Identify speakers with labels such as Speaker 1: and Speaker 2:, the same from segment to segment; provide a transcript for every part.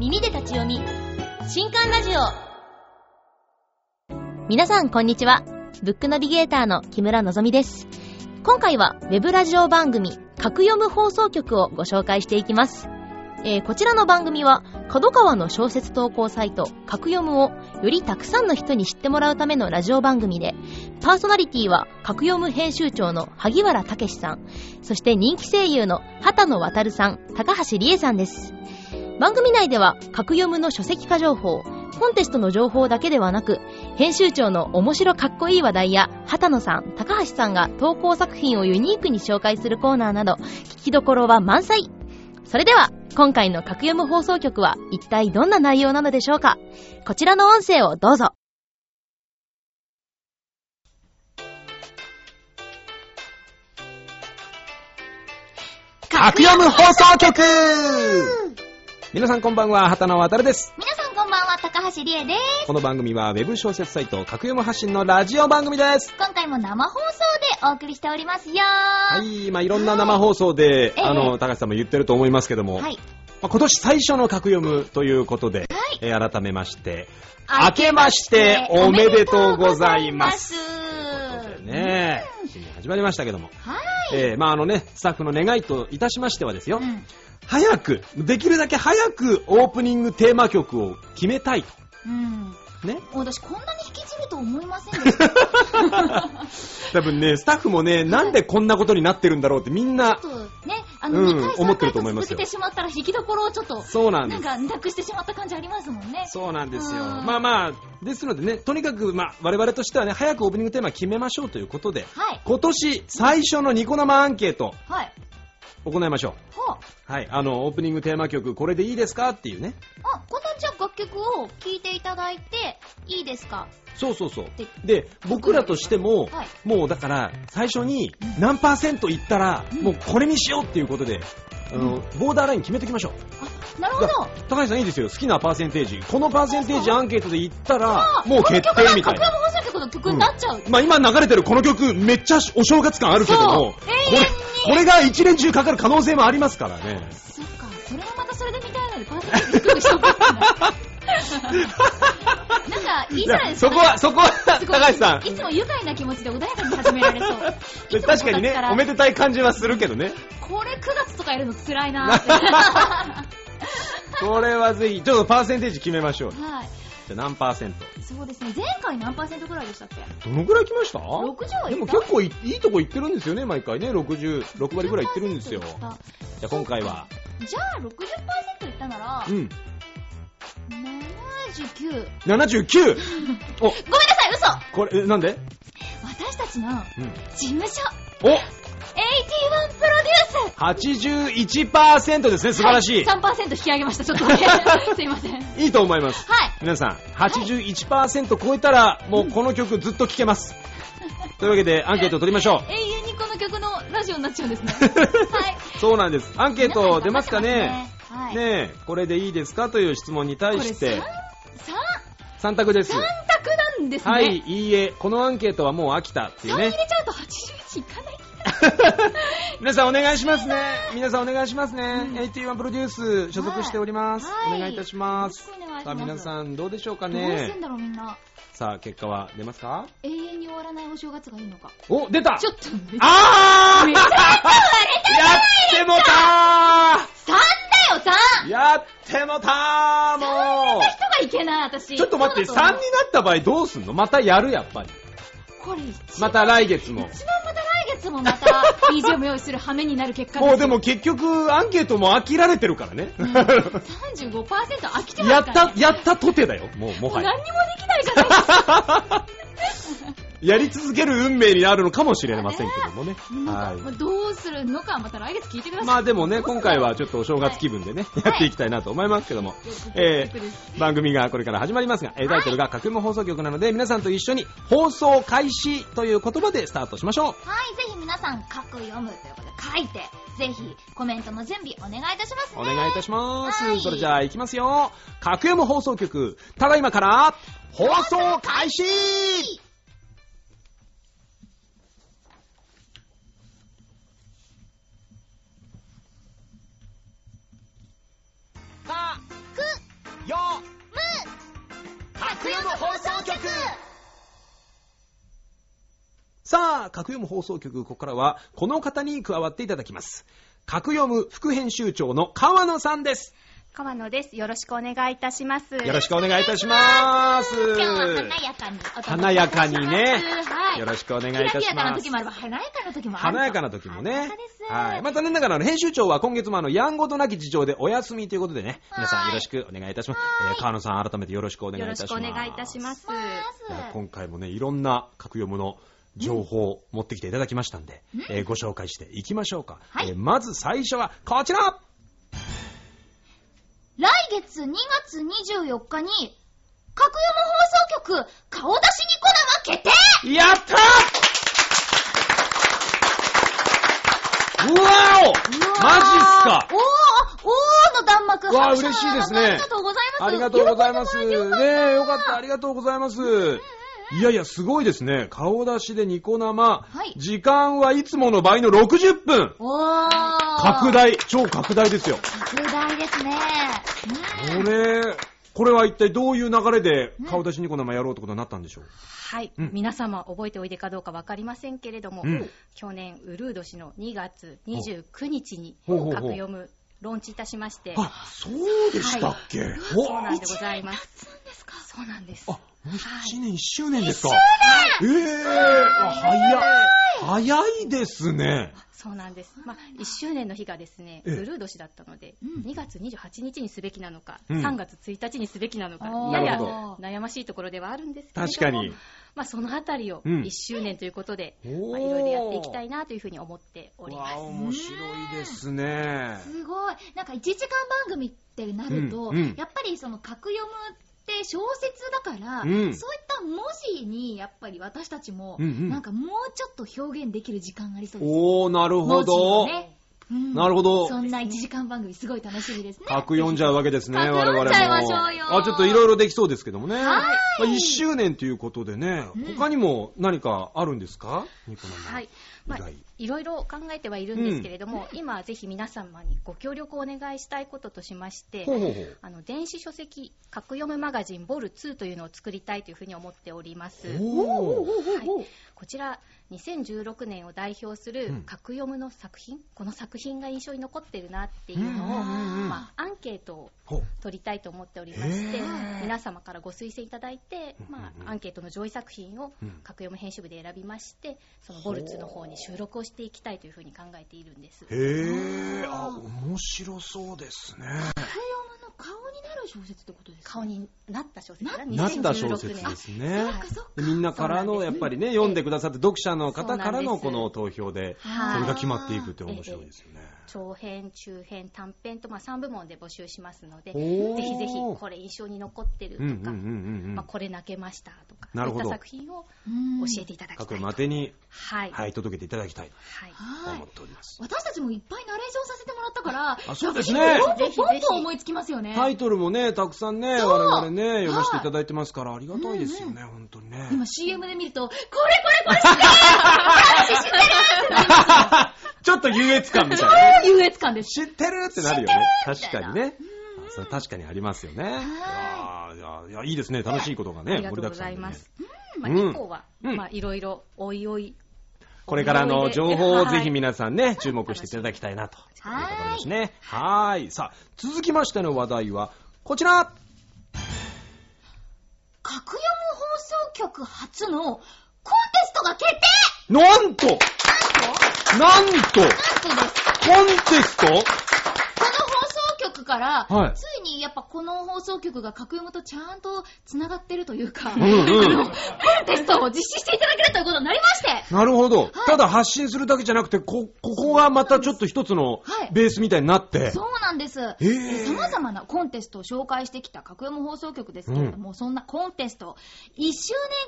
Speaker 1: 耳で立ち読み新刊ラジオ皆さんこんにちはブックナビゲーターの木村のぞみです今回はウェブラジオ番組「格読む放送局」をご紹介していきます、えーこちらの番組は角川の小説投稿サイト「格読む」をよりたくさんの人に知ってもらうためのラジオ番組でパーソナリティは格読む編集長の萩原武史さんそして人気声優の畑野渉さん高橋理恵さんです番組内では格読むの書籍化情報コンテストの情報だけではなく編集長の面白かっこいい話題や畑野さん高橋さんが投稿作品をユニークに紹介するコーナーなど聞きどころは満載それでは今回の格読む放送局は一体どんな内容なのでしょうかこちらの音声をどうぞ
Speaker 2: アクヨム放送局皆さんこんばんは、畑野渡です。
Speaker 3: 皆さんこんばんは、高橋理恵です。
Speaker 2: この番組はウェブ小説サイト、格読む発信のラジオ番組です。
Speaker 3: 今回も生放送でお送りしておりますよ、
Speaker 2: はい、まあいろんな生放送で、
Speaker 3: ええ
Speaker 2: あの、高橋さんも言ってると思いますけども、
Speaker 3: はい。
Speaker 2: まあ今年最初の格読むということで、
Speaker 3: はい
Speaker 2: えー改めまして、
Speaker 3: 明
Speaker 2: 明けましておめでとうございま
Speaker 3: と
Speaker 2: す。
Speaker 3: いうことでね
Speaker 2: ねえ、新年始まりましたけども、
Speaker 3: はい。
Speaker 2: えーまああのね、スタッフの願いといたしましてはですよ、
Speaker 3: うん。
Speaker 2: 早く、できるだけ早くオープニングテーマ曲を決めたいと。
Speaker 3: うん。
Speaker 2: ね。
Speaker 3: 私こんなに引きずると思いませんで した。ち
Speaker 2: 多分ね、スタッフもね、なんでこんなことになってるんだろうってみん
Speaker 3: ょ
Speaker 2: な
Speaker 3: っ、とね、あ
Speaker 2: う
Speaker 3: の、
Speaker 2: ん
Speaker 3: 2回3
Speaker 2: 思って
Speaker 3: 回
Speaker 2: ると思い
Speaker 3: と
Speaker 2: ま
Speaker 3: 続
Speaker 2: す
Speaker 3: け
Speaker 2: よ
Speaker 3: てしまったら引きどころをちょっと、
Speaker 2: そうなんで
Speaker 3: なん
Speaker 2: す。
Speaker 3: か、なくしてしまった感じありますもんね。
Speaker 2: そうなんですよ。
Speaker 3: うん
Speaker 2: まあまあ、ですのでね、とにかく、まあ、我々としてはね、早くオープニングテーマ決めましょうということで、
Speaker 3: はい。
Speaker 2: 今年最初のニコ生アンケート
Speaker 3: はい。
Speaker 2: 行いましょ
Speaker 3: ほう。
Speaker 2: う。はい、あの、オープニングテーマ曲、これでいいですかっていうね。
Speaker 3: あ、このじゃあ楽曲を聴いていただいて、いいですか
Speaker 2: そうそうそう
Speaker 3: で。
Speaker 2: で、僕らとしても、
Speaker 3: はい
Speaker 2: もうだから、最初に何パーセントいったら、
Speaker 3: うん
Speaker 2: もうこれにしようっていうことで、あの、ボーダーライン決めてきましょう。
Speaker 3: あ、なるほど。
Speaker 2: 高橋さんいいですよ好きなパーセンテージこのパーセンテージアンケートで言った
Speaker 3: あ
Speaker 2: らもう決定みた
Speaker 3: この曲が
Speaker 2: いな、
Speaker 3: 格山放送局の曲になっちゃう。
Speaker 2: まあ、今流れてるこの曲めっちゃお正月感あるけどもこ
Speaker 3: そう永遠
Speaker 2: れ
Speaker 3: に
Speaker 2: これが一年中かかる可能性もありますからね
Speaker 3: そっか、それもまたそれで見たいので、パーセンテージ低くしとこうかな。 なんか、いい
Speaker 2: い
Speaker 3: じゃない
Speaker 2: や
Speaker 3: です
Speaker 2: そ
Speaker 3: か。
Speaker 2: こはそこは高橋さん
Speaker 3: いつも愉快な気持ちで穏やかに始められそう。いつも
Speaker 2: 確かに
Speaker 3: こ
Speaker 2: ね
Speaker 3: こら
Speaker 2: おめでたい感じはするけどね
Speaker 3: これ9月とかやるの辛いなー って。は
Speaker 2: これはぜひちょっとパーセンテージ決めましょうじゃあ何パーセント
Speaker 3: い。そうですね、前回何パーセントぐらいでしたっけ
Speaker 2: どのぐらい来ました
Speaker 3: ?60 はい
Speaker 2: でも結構いいいとこ行ってるんですよね毎回ね66割ぐらい行ってるんですよ
Speaker 3: じ
Speaker 2: じ
Speaker 3: ゃ
Speaker 2: ゃあ今回
Speaker 3: あ
Speaker 2: は
Speaker 3: 60%いったなら、
Speaker 2: う
Speaker 3: 79。
Speaker 2: ん
Speaker 3: ごめんな
Speaker 2: 79! お
Speaker 3: さい、嘘
Speaker 2: これえなんで
Speaker 3: 私たちの
Speaker 2: うん
Speaker 3: 事務所、
Speaker 2: お
Speaker 3: 81プロデュース
Speaker 2: 81%ですね、素晴らしい。
Speaker 3: はい、3%引き上げました、ちょっとだ け。すいません。はい。
Speaker 2: いいと思います。
Speaker 3: は
Speaker 2: 皆さん、81%超えたら、もうこの曲ずっと聴けます。というわけで、アンケートを取りましょ
Speaker 3: い。永遠にこの曲のラジオになっちゃうんですね。 はい。
Speaker 2: う。そうなんです。アンケート出ますかね
Speaker 3: はい。
Speaker 2: ねえ、これでいいですかという質問に対し
Speaker 3: これ
Speaker 2: て、
Speaker 3: 三
Speaker 2: 3択です
Speaker 3: 三。三択なんですね。
Speaker 2: はい、いいえ、このアンケートはもう飽きたっていう
Speaker 3: 三入れ
Speaker 2: ね。
Speaker 3: ちゃうと81いかない。
Speaker 2: 皆さんお願いしますね。皆さんお願いしますね。81プロデュース所属しております。
Speaker 3: はい
Speaker 2: お願いいたします
Speaker 3: よろしくお願い。し
Speaker 2: さあ
Speaker 3: ます
Speaker 2: 皆さんどうでしょうか
Speaker 3: どうしてん
Speaker 2: ね。
Speaker 3: だろうみんな。
Speaker 2: さあ結果は出ますか
Speaker 3: 永遠に終わらないお正月がいいのか。
Speaker 2: お、出た
Speaker 3: ちょっとめっちゃ
Speaker 2: あー
Speaker 3: めちゃめちゃ
Speaker 2: やってもた
Speaker 3: 3だよ 3!
Speaker 2: ーやってもたー
Speaker 3: 人
Speaker 2: も
Speaker 3: がいけない私。
Speaker 2: うちょっと待って、
Speaker 3: そ
Speaker 2: 3
Speaker 3: う
Speaker 2: に
Speaker 3: だ
Speaker 2: な
Speaker 3: と思う
Speaker 2: った場合どうすんのまたやるやっぱり。
Speaker 3: これ一
Speaker 2: ま
Speaker 3: 番
Speaker 2: た来月も。
Speaker 3: 一番また来月もま た BGM を用意する羽目になる結果ですよ
Speaker 2: もうでも結局アンケートも飽きられてるからね。
Speaker 3: 35%飽きてま
Speaker 2: や
Speaker 3: すか
Speaker 2: っ
Speaker 3: ら、ね、、
Speaker 2: たやったとてだよ。もう
Speaker 3: も
Speaker 2: も
Speaker 3: う
Speaker 2: はや。
Speaker 3: 何にもできないじゃない ですか
Speaker 2: やり続ける運命になるのかもしれませんけどもね。
Speaker 3: なんかまあ
Speaker 2: は
Speaker 3: どうするのかまた来月聞いてくださ
Speaker 2: い。
Speaker 3: い、
Speaker 2: まあでもね、今回はちょっとお正月気分でね、やっていきたいなと思いますけども。えー番組がこれから始まりますが、えータイトルが架も放送局なので、皆さんと一緒に放送開始という言葉でスタートしましょ
Speaker 3: は
Speaker 2: う。
Speaker 3: い、ぜひ皆さん書く読むということで書いて、ぜひコメントの準備お願いいたしますね。
Speaker 2: お願いいたしま
Speaker 3: は
Speaker 2: す。
Speaker 3: い
Speaker 2: それじゃあ行きますよ。架空も放送局、ただいまから、放送開始
Speaker 3: く、放送局
Speaker 2: さあ、格読む放送局、ここからは、この方に加わっていただきます。格読む副編集長の川野さんです。
Speaker 4: 川野です。よろしくお願いいたします。
Speaker 2: よろしくお願いいたします。
Speaker 3: 今日は華やかにお届けします。
Speaker 2: 華やかにね
Speaker 3: はい。
Speaker 2: よろしくお願いい
Speaker 3: キラ
Speaker 2: た
Speaker 3: キ
Speaker 2: し
Speaker 3: ラかな
Speaker 2: ま
Speaker 3: 時
Speaker 2: す
Speaker 3: も。あれば、華やかな時もあると。
Speaker 2: 華やかな時も
Speaker 3: 華や
Speaker 2: ね
Speaker 3: かです。。
Speaker 2: はい。まあ、残念ながら、あの編集長は今月もあの、やんごとなき事情でお休みということでね、皆さん
Speaker 3: は
Speaker 2: よ
Speaker 3: い
Speaker 2: ろしくお願いいたします。
Speaker 3: は
Speaker 2: え
Speaker 3: い
Speaker 2: ー川野さん、改めてよろしくお願いい
Speaker 4: よ
Speaker 2: たし
Speaker 4: ろし
Speaker 2: ます。
Speaker 4: くお願いいたします。
Speaker 3: ま
Speaker 2: いや
Speaker 3: ず
Speaker 2: 今回もね、いろんな格読むの情報を持ってきていただきましたんで、えーご紹介していきましょうか。
Speaker 3: はい
Speaker 2: えーまず最初はこちら
Speaker 3: 来月2月24日に、格読む放送局、顔出しニコ生決定
Speaker 2: やったーうわおマジっすか
Speaker 3: おーおーの弾幕
Speaker 2: わあ嬉しいですね
Speaker 3: ありがとうございます。
Speaker 2: ありがとうございます。
Speaker 3: 喜
Speaker 2: ねえ、
Speaker 3: んでもらえて
Speaker 2: よ
Speaker 3: よ
Speaker 2: か
Speaker 3: か
Speaker 2: っ、
Speaker 3: ったた
Speaker 2: ありがとうございます。いやいや、すごいですね。顔出しでニコ生。
Speaker 3: はい
Speaker 2: 時間はいつもの倍の60分。
Speaker 3: おー
Speaker 2: 拡。大、超拡大ですよ。
Speaker 3: 拡大ですね。
Speaker 2: これ、これは一体どういう流れで顔出しニコ生やろうってことになったんでしょう
Speaker 4: はい、
Speaker 2: うん
Speaker 4: 皆様覚えておいでかどうかわかりませんけれども、
Speaker 2: うん
Speaker 4: 去年ウルー年の2月29日に
Speaker 2: ほうほうほう
Speaker 4: 各読むローンチいたしまして、
Speaker 2: あ、そうでしたっけ、
Speaker 4: そう
Speaker 2: わ
Speaker 4: なんでございます。そうなんです。
Speaker 2: あ、1年1周年ですかええあ早い早いですね。
Speaker 4: そうなんです。まあ、1周年の日がですね、
Speaker 2: え
Speaker 4: ウ
Speaker 2: え
Speaker 4: ルー年だったので、
Speaker 3: うん
Speaker 4: 2月28日にすべきなのか、
Speaker 2: うん
Speaker 4: 3月1日にすべきなのか、
Speaker 3: あー
Speaker 4: や
Speaker 2: な
Speaker 4: や
Speaker 2: るほ
Speaker 4: 悩ましいところではあるんですけれども
Speaker 2: 確かに。
Speaker 4: まあ、そのあたりを
Speaker 2: うん
Speaker 4: 1周年ということで、
Speaker 2: おー
Speaker 4: まあいろいろやっていきたいなというふうに思っており
Speaker 2: わ
Speaker 4: ます
Speaker 2: あ、。面白いですね。
Speaker 3: すごい。なんか1時間番組ってなると、
Speaker 2: うんうん
Speaker 3: やっぱりその格読むって小説だから、
Speaker 2: うん
Speaker 3: そういった文字にやっぱり私たちも、
Speaker 2: うんうん
Speaker 3: なんかもうちょっと表現できる時間がありそうです。
Speaker 2: おー、なるほ
Speaker 3: 文字
Speaker 2: ど
Speaker 3: を。ね。うん
Speaker 2: なるほど。
Speaker 3: そんな1時間番組すごい楽しみですね。
Speaker 2: 格読んじゃうわけですね、我
Speaker 3: 格
Speaker 2: 々
Speaker 3: 読
Speaker 2: も。
Speaker 3: んじゃいましょうよ
Speaker 2: あ、ちょっといろいろできそうですけどもね。
Speaker 3: はい
Speaker 2: まあ、1周年ということでね、
Speaker 3: うん
Speaker 2: 他にも何かあるんですかニコ生。
Speaker 4: はい。まあ
Speaker 2: 以外、
Speaker 4: いろいろ考えてはいるんですけれども、今ぜひ皆様にご協力をお願いしたいこととしまして
Speaker 2: ほ、うほうほう。
Speaker 4: あの電子書籍格読むマガジンボル2というのを作りたいというふうに思っております。
Speaker 2: おー。
Speaker 4: はいこちら2016年を代表す
Speaker 2: う
Speaker 4: る
Speaker 2: ん
Speaker 4: 格読むの作品、この作品が印象に残ってるなっていうのを、
Speaker 2: うんうんうん
Speaker 4: まあ、アンケートを
Speaker 2: ほう
Speaker 4: 取りたいと思っておりまして
Speaker 2: へー
Speaker 4: 皆様からご推薦いただいて、ま
Speaker 2: うんうんうん
Speaker 4: あ、アンケートの上位作品を
Speaker 2: うん
Speaker 4: 格読む編集部で選びましてそのボルツの方に収録をしていきたいというふうに考えているんです。
Speaker 2: へえ、あ、面白そうですね。
Speaker 3: 格読むの顔になる小説ってことですか
Speaker 4: 顔になった小説が
Speaker 2: なった小説
Speaker 4: 2016年
Speaker 2: ですね
Speaker 3: あそっかそっか。
Speaker 2: でみんなから
Speaker 4: そう
Speaker 2: の、
Speaker 4: な
Speaker 2: や
Speaker 4: ん
Speaker 2: っ
Speaker 4: です
Speaker 2: ぱりね、読んでくださって、読者の方から
Speaker 4: そうなん
Speaker 2: の
Speaker 4: です
Speaker 2: この投票で、そ
Speaker 4: はい
Speaker 2: れが決まっていくって面白いですよね。
Speaker 4: 長編、中編、短編と、まあ、3部門で募集しますので、ぜ
Speaker 2: おー
Speaker 4: ひぜひこれ印象に残ってると
Speaker 2: うんうんう
Speaker 4: か、
Speaker 2: んうんう
Speaker 4: まあ、
Speaker 2: ん。
Speaker 4: これ泣けましたとか、
Speaker 2: なる
Speaker 4: そう
Speaker 2: ほ
Speaker 4: いっ
Speaker 2: ど
Speaker 4: た作品を
Speaker 3: うん
Speaker 4: 教えていただきたい
Speaker 2: 各
Speaker 4: と。
Speaker 2: 宛てに、
Speaker 4: はい。
Speaker 2: はい、届けていただきたい
Speaker 4: はい
Speaker 2: と
Speaker 3: はい
Speaker 2: 思っ。ております。
Speaker 3: 私たちもいっぱいナレーションさせてもらったから、
Speaker 2: あそうですね
Speaker 3: 逆にポンポン
Speaker 4: ぜひぜ
Speaker 3: ポン
Speaker 4: ひ
Speaker 3: 思いつきますよね。
Speaker 2: タイトルもね、たくさんね、
Speaker 3: そう
Speaker 2: 我々ね、読ませていただいてますから、ありがたいですよね、本当にね。
Speaker 3: 今 CM で見ると、これこれこれ知ってる私知ってるってなりま
Speaker 2: ちょっと優越感みたい な。
Speaker 3: す優越感です。
Speaker 2: 知ってるってなるよね。確かにね。あそれ確かにありますよね。あーいやいやいいですね。楽しいことが
Speaker 4: あ
Speaker 2: ね、
Speaker 4: りが
Speaker 2: 盛
Speaker 4: と
Speaker 2: りだ
Speaker 4: うご
Speaker 2: くさ
Speaker 4: ざ
Speaker 2: んで、
Speaker 4: い
Speaker 2: ね
Speaker 4: ま。す。まあ、
Speaker 2: うん
Speaker 4: 以降は、
Speaker 2: うん
Speaker 4: まあ、いろいろ、おいおい。
Speaker 2: これからの情報をぜひ皆さんね、注目
Speaker 4: 目
Speaker 2: し
Speaker 4: してて
Speaker 2: い
Speaker 4: い
Speaker 2: た
Speaker 4: た
Speaker 2: だきたいなと。いうとこ
Speaker 3: はい
Speaker 2: ろですね。はーい。さあ、続きましての話題は、こちら
Speaker 3: 格読む放送局初のコンテストが決定
Speaker 2: なんとなんと
Speaker 3: なんとです。
Speaker 2: コンテスト
Speaker 3: この放送局から、
Speaker 2: はい
Speaker 3: ついにやっぱこの放送局が格読むとちゃんと繋がってるというか、
Speaker 2: うん
Speaker 3: あ
Speaker 2: うん
Speaker 3: のコンテストを実施していただけるということになりまして、
Speaker 2: なるほど。ただ発信するだけじゃなくて、こ、ここがまたちょっと一つの
Speaker 3: はい
Speaker 2: ベースみたいになって。
Speaker 3: そうなんです。
Speaker 2: え
Speaker 3: さまざまなコンテストを紹介してきた格読む放送局ですけれども、そんなコンテスト、1周年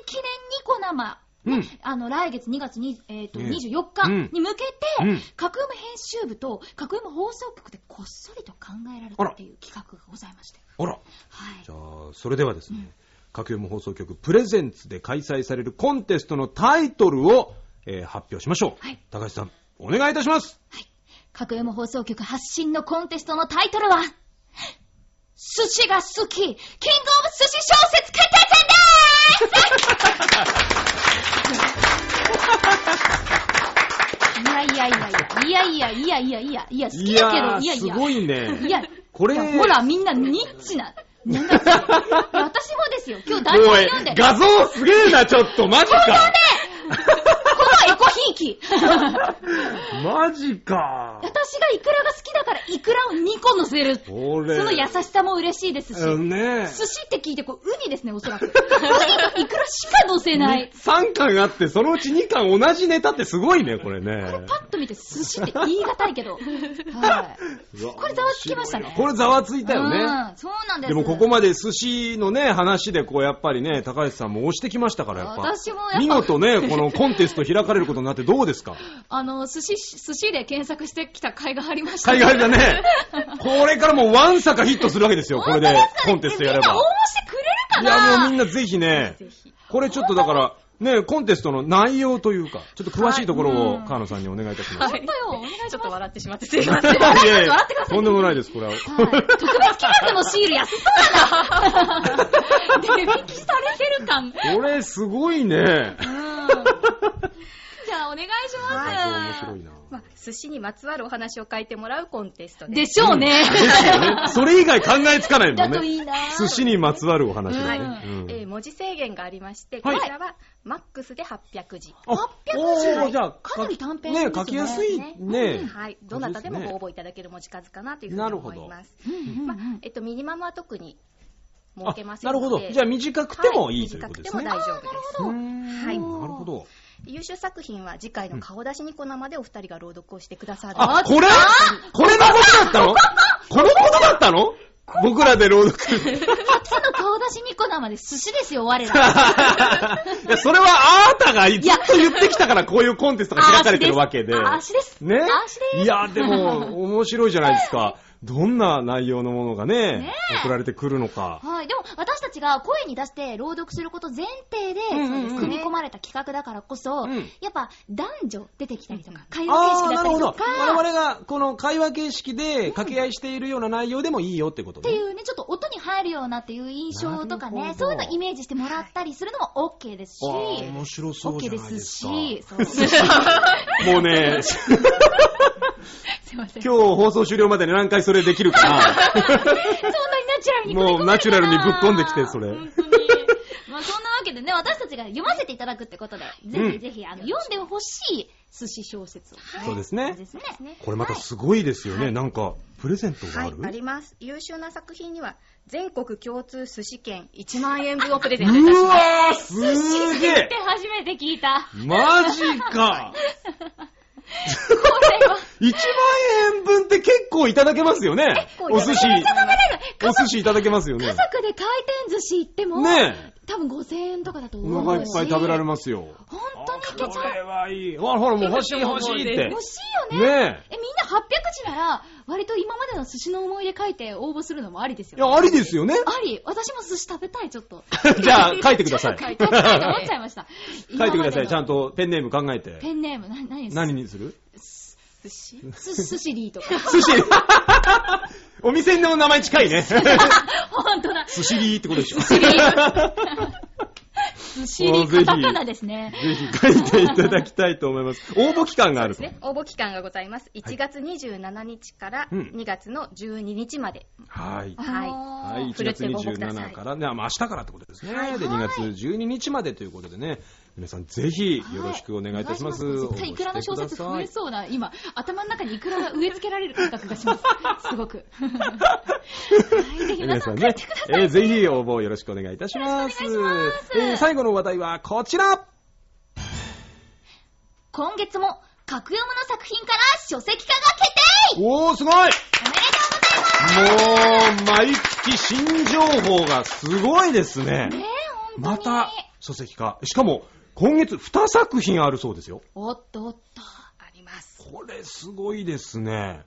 Speaker 3: 記念ニコ生、
Speaker 2: うん。
Speaker 3: あの、来月2月に、えーと
Speaker 2: ええ
Speaker 3: 24日に向けて、
Speaker 2: うん。
Speaker 3: 格読む編集部と格読む放送局でこっそりと考えられた
Speaker 2: あら
Speaker 3: っていう企画がございまして。
Speaker 2: あら。
Speaker 3: はい
Speaker 2: じ。ゃあ、それではですね、各読む放送局プレゼンツで開催されるコンテストのタイトルを、えー発表しましょう。
Speaker 3: はい
Speaker 2: 高橋さん、お願いいたします。
Speaker 3: 格読む放送局発信のコンテストのタイトルは、寿司が好き、キングオブ寿司小説決定戦でーすいやいやいやいや、いやいやいやいやいや、好きだけど、いやい
Speaker 2: す
Speaker 3: や。
Speaker 2: ごい
Speaker 3: い
Speaker 2: ね。
Speaker 3: や、
Speaker 2: これ、
Speaker 3: いやほら、みんなニッチな。なんだっけ私もですよ、今日台本
Speaker 2: おい
Speaker 3: 読んで、、こ
Speaker 2: 画像すげえな、ちょっと、マジか。
Speaker 3: のエコひいき私が
Speaker 2: マジか。
Speaker 3: イクラが好きだから、イクラを2個乗せる。そ
Speaker 2: これ。
Speaker 3: の優しさも嬉しいですし、
Speaker 2: うんね
Speaker 3: 寿司って聞いて、こう、ウニですね、おそらく。ウニとイクラしか乗せない。
Speaker 2: 3巻あって、そのうち2巻同じネタってすごいね、これね。
Speaker 3: パッと見て、寿司って言い難いけど。はい。
Speaker 2: うわ
Speaker 3: これざわつきましたね
Speaker 2: これざわついたよね。
Speaker 3: うんそうなんです
Speaker 2: でもここまで寿司のね、話でこうやっぱりね、高橋さんも押してきましたから、やっぱ。
Speaker 3: 私もやっぱ
Speaker 2: 見事ね、このコンテスト開かれることになってどうですか
Speaker 3: あの、寿司、寿司で検索してきた甲斐がありました。
Speaker 2: 海外だね。これからもうワンサカヒットするわけですよ、これでコンテストやれ
Speaker 3: みんな応
Speaker 2: ば。
Speaker 3: 募してくれるか
Speaker 2: い
Speaker 3: な
Speaker 2: や、もうみんなぜひね、これちょっとだから、ね、コンテストの内容というか、ちょっと詳しいところを川野さんにお願いいたします。
Speaker 3: 本当よ、お願いし
Speaker 4: ちょっ
Speaker 3: ま
Speaker 4: と
Speaker 3: す。
Speaker 4: 笑ってしまってすいません。
Speaker 2: いやいや
Speaker 3: 笑ってください
Speaker 2: とんでもないです、これは。
Speaker 3: はい、特別企画のシール安 そうだな出引きされてる感。じ
Speaker 2: これすごい
Speaker 3: ゃ
Speaker 2: ね。
Speaker 3: あ、お願いし
Speaker 2: 面
Speaker 3: ま
Speaker 2: 白いな。
Speaker 4: まあ、寿司にまつわるお話を書いてもらうコンテスト
Speaker 3: す。
Speaker 4: で。
Speaker 3: ですしょうね。
Speaker 2: それ以外考えつかないも
Speaker 3: だ
Speaker 2: ん
Speaker 3: とい
Speaker 2: ね。
Speaker 3: いなぁ
Speaker 2: 寿司にまつわるお話だ
Speaker 4: はい、
Speaker 2: ね。うん
Speaker 4: えー文字制限がありまして、
Speaker 2: はい
Speaker 4: こちらはマックスで800字。
Speaker 2: あ
Speaker 3: 800
Speaker 2: おーじゃあ
Speaker 3: かなり短編で
Speaker 2: ね
Speaker 3: すね
Speaker 2: 書きやすいね。
Speaker 4: はい、どなたでもご応募いただける文字数かなというふうに思います。まあえっと、ミニマムは特に設けません
Speaker 2: なる
Speaker 4: ので
Speaker 2: ほど。じゃあ短くてもいいということです
Speaker 4: は
Speaker 2: ね。
Speaker 4: い、
Speaker 2: なる
Speaker 4: 短くても大丈夫です。
Speaker 2: ほど。
Speaker 4: は
Speaker 2: ないるほど。
Speaker 4: 優秀作品は次回の顔出しニコ生でお二人が朗読をしてくださる。
Speaker 2: あ、これこれのことだったのこのことだったの僕らで朗読。
Speaker 3: 初の顔出しニコ生で寿司ですよ、我ら。
Speaker 2: いや、それはあなたがずっと言ってきたから、こういうコンテストが開かれてるわけで。
Speaker 3: あ足ですあ足です
Speaker 2: ね
Speaker 3: あ足です
Speaker 2: いや、で も、面白いじゃないですか。どんな内容のものがね、送られてくるのか。
Speaker 3: はい。でも、私たちが声に出して朗読すること前提で、
Speaker 2: うんうんうん
Speaker 3: 組み込まれた企画だからこそ、
Speaker 2: うん
Speaker 3: やっぱ男女出てきたりとか、会話形
Speaker 2: ああー、
Speaker 3: 式だ
Speaker 2: な
Speaker 3: った
Speaker 2: る
Speaker 3: り
Speaker 2: ほ
Speaker 3: と
Speaker 2: ど。
Speaker 3: か、
Speaker 2: 我々が、この会話形式で掛け合いしているような内容でもいいよってこと
Speaker 3: ってい
Speaker 2: ね。
Speaker 3: うね、ちょっと音に入るようなっていう印象とか
Speaker 2: なる
Speaker 3: ね
Speaker 2: ほ、ど
Speaker 3: そういうのイメージしてもらったりするのも OK ですし、
Speaker 2: あー面白そう
Speaker 3: OK
Speaker 2: じゃ
Speaker 3: で
Speaker 2: ないですすか。
Speaker 3: し、 そう
Speaker 2: も うね、
Speaker 3: すいません。そん
Speaker 2: 今日放送終了までに何回それできるかな。
Speaker 3: なにナチュラルに
Speaker 2: もうナチュラルにぶっ飛んできて、そ
Speaker 3: れ。
Speaker 2: れ。
Speaker 3: 本当にまあそんなわけでね、私たちが読ませていただくってことで、ぜひぜひ、あの、読んでほしい寿司小説をね。
Speaker 2: そうですね
Speaker 3: ですね。
Speaker 2: これまたすごいですよね。なんか、プレゼントが
Speaker 4: は
Speaker 2: あ
Speaker 4: い
Speaker 2: る、
Speaker 4: あります。優秀な作品には、全国共通寿司券1万円分をプレゼントいたします。
Speaker 2: わーすげえ
Speaker 3: って初めて聞いた。
Speaker 2: マジか
Speaker 3: これは、
Speaker 2: !1 万円分って結構いただけますよね
Speaker 4: 構い
Speaker 2: お
Speaker 4: ただけ
Speaker 2: 寿司、お寿司いただけますよ
Speaker 3: 家
Speaker 2: ね
Speaker 3: 族で回転寿司行っても、
Speaker 2: ね
Speaker 3: 多分5000円とかだと思
Speaker 2: お
Speaker 3: う
Speaker 2: 腹いっぱい食べられますよ。
Speaker 3: 本当にいけち
Speaker 2: こ
Speaker 3: ゃう。
Speaker 2: れはいい。ほらほら、もう欲しい欲しいって。
Speaker 3: 欲しいよね。
Speaker 2: ね
Speaker 3: え、みんな800字なら、割と今までの寿司の思い出書いて応募するのもありです
Speaker 2: え。い
Speaker 3: よ、ね。
Speaker 2: や、ありですよね。
Speaker 3: あり私も寿司食べたい、ちょっと。
Speaker 2: じゃあ、書いてください。
Speaker 3: 書いてくださいと 思っちゃいました。
Speaker 2: 書いてください。ちゃん
Speaker 3: と。
Speaker 2: とペンネーム考えて。
Speaker 3: ペンネーム、な、何
Speaker 2: 何にする
Speaker 4: 寿司
Speaker 3: す寿司リーとか。
Speaker 2: 寿司お店の名前近いね。
Speaker 3: 本当だ。
Speaker 2: 寿司リーってことでしょ。
Speaker 3: 寿司リー。寿司リー、カタカナですね。
Speaker 2: ぜひ書いていただきたいと思います。応募期間があると。
Speaker 4: ね、応募期間がございます。1月27日から
Speaker 2: うん
Speaker 4: 2月の12日まで。
Speaker 2: はい。
Speaker 4: はい
Speaker 3: あ
Speaker 2: は
Speaker 3: のー
Speaker 2: い、1月27から、ね、まあ明日からってことですね。で、2月12日までということでね、皆さんぜひよろしくお願いいたします。
Speaker 3: はい絶対イクラの小説増えそうな、今、頭の中にイクラが植え付けられる感覚がします。すご く。はい、ぜひ皆
Speaker 2: 皆
Speaker 3: さ
Speaker 2: さ
Speaker 3: ん
Speaker 2: ん
Speaker 3: 書い
Speaker 2: ね
Speaker 3: てく、
Speaker 2: えーぜひ応募をよろしくお願いいたします。
Speaker 3: よろしくお願いします
Speaker 2: えー最後の話題はこちら
Speaker 3: 今月も、格読むの作品から書籍化が決定
Speaker 2: おー、すごいも
Speaker 3: おめでと
Speaker 2: う、毎月新情報がすごいですね
Speaker 3: うございます。ねえ、
Speaker 2: ま
Speaker 3: 本当に。
Speaker 2: た、書籍化。しかも、今月2作品あるそうですよ。
Speaker 3: おっとおっと。
Speaker 4: あります。
Speaker 2: これすごいですね。
Speaker 3: いやー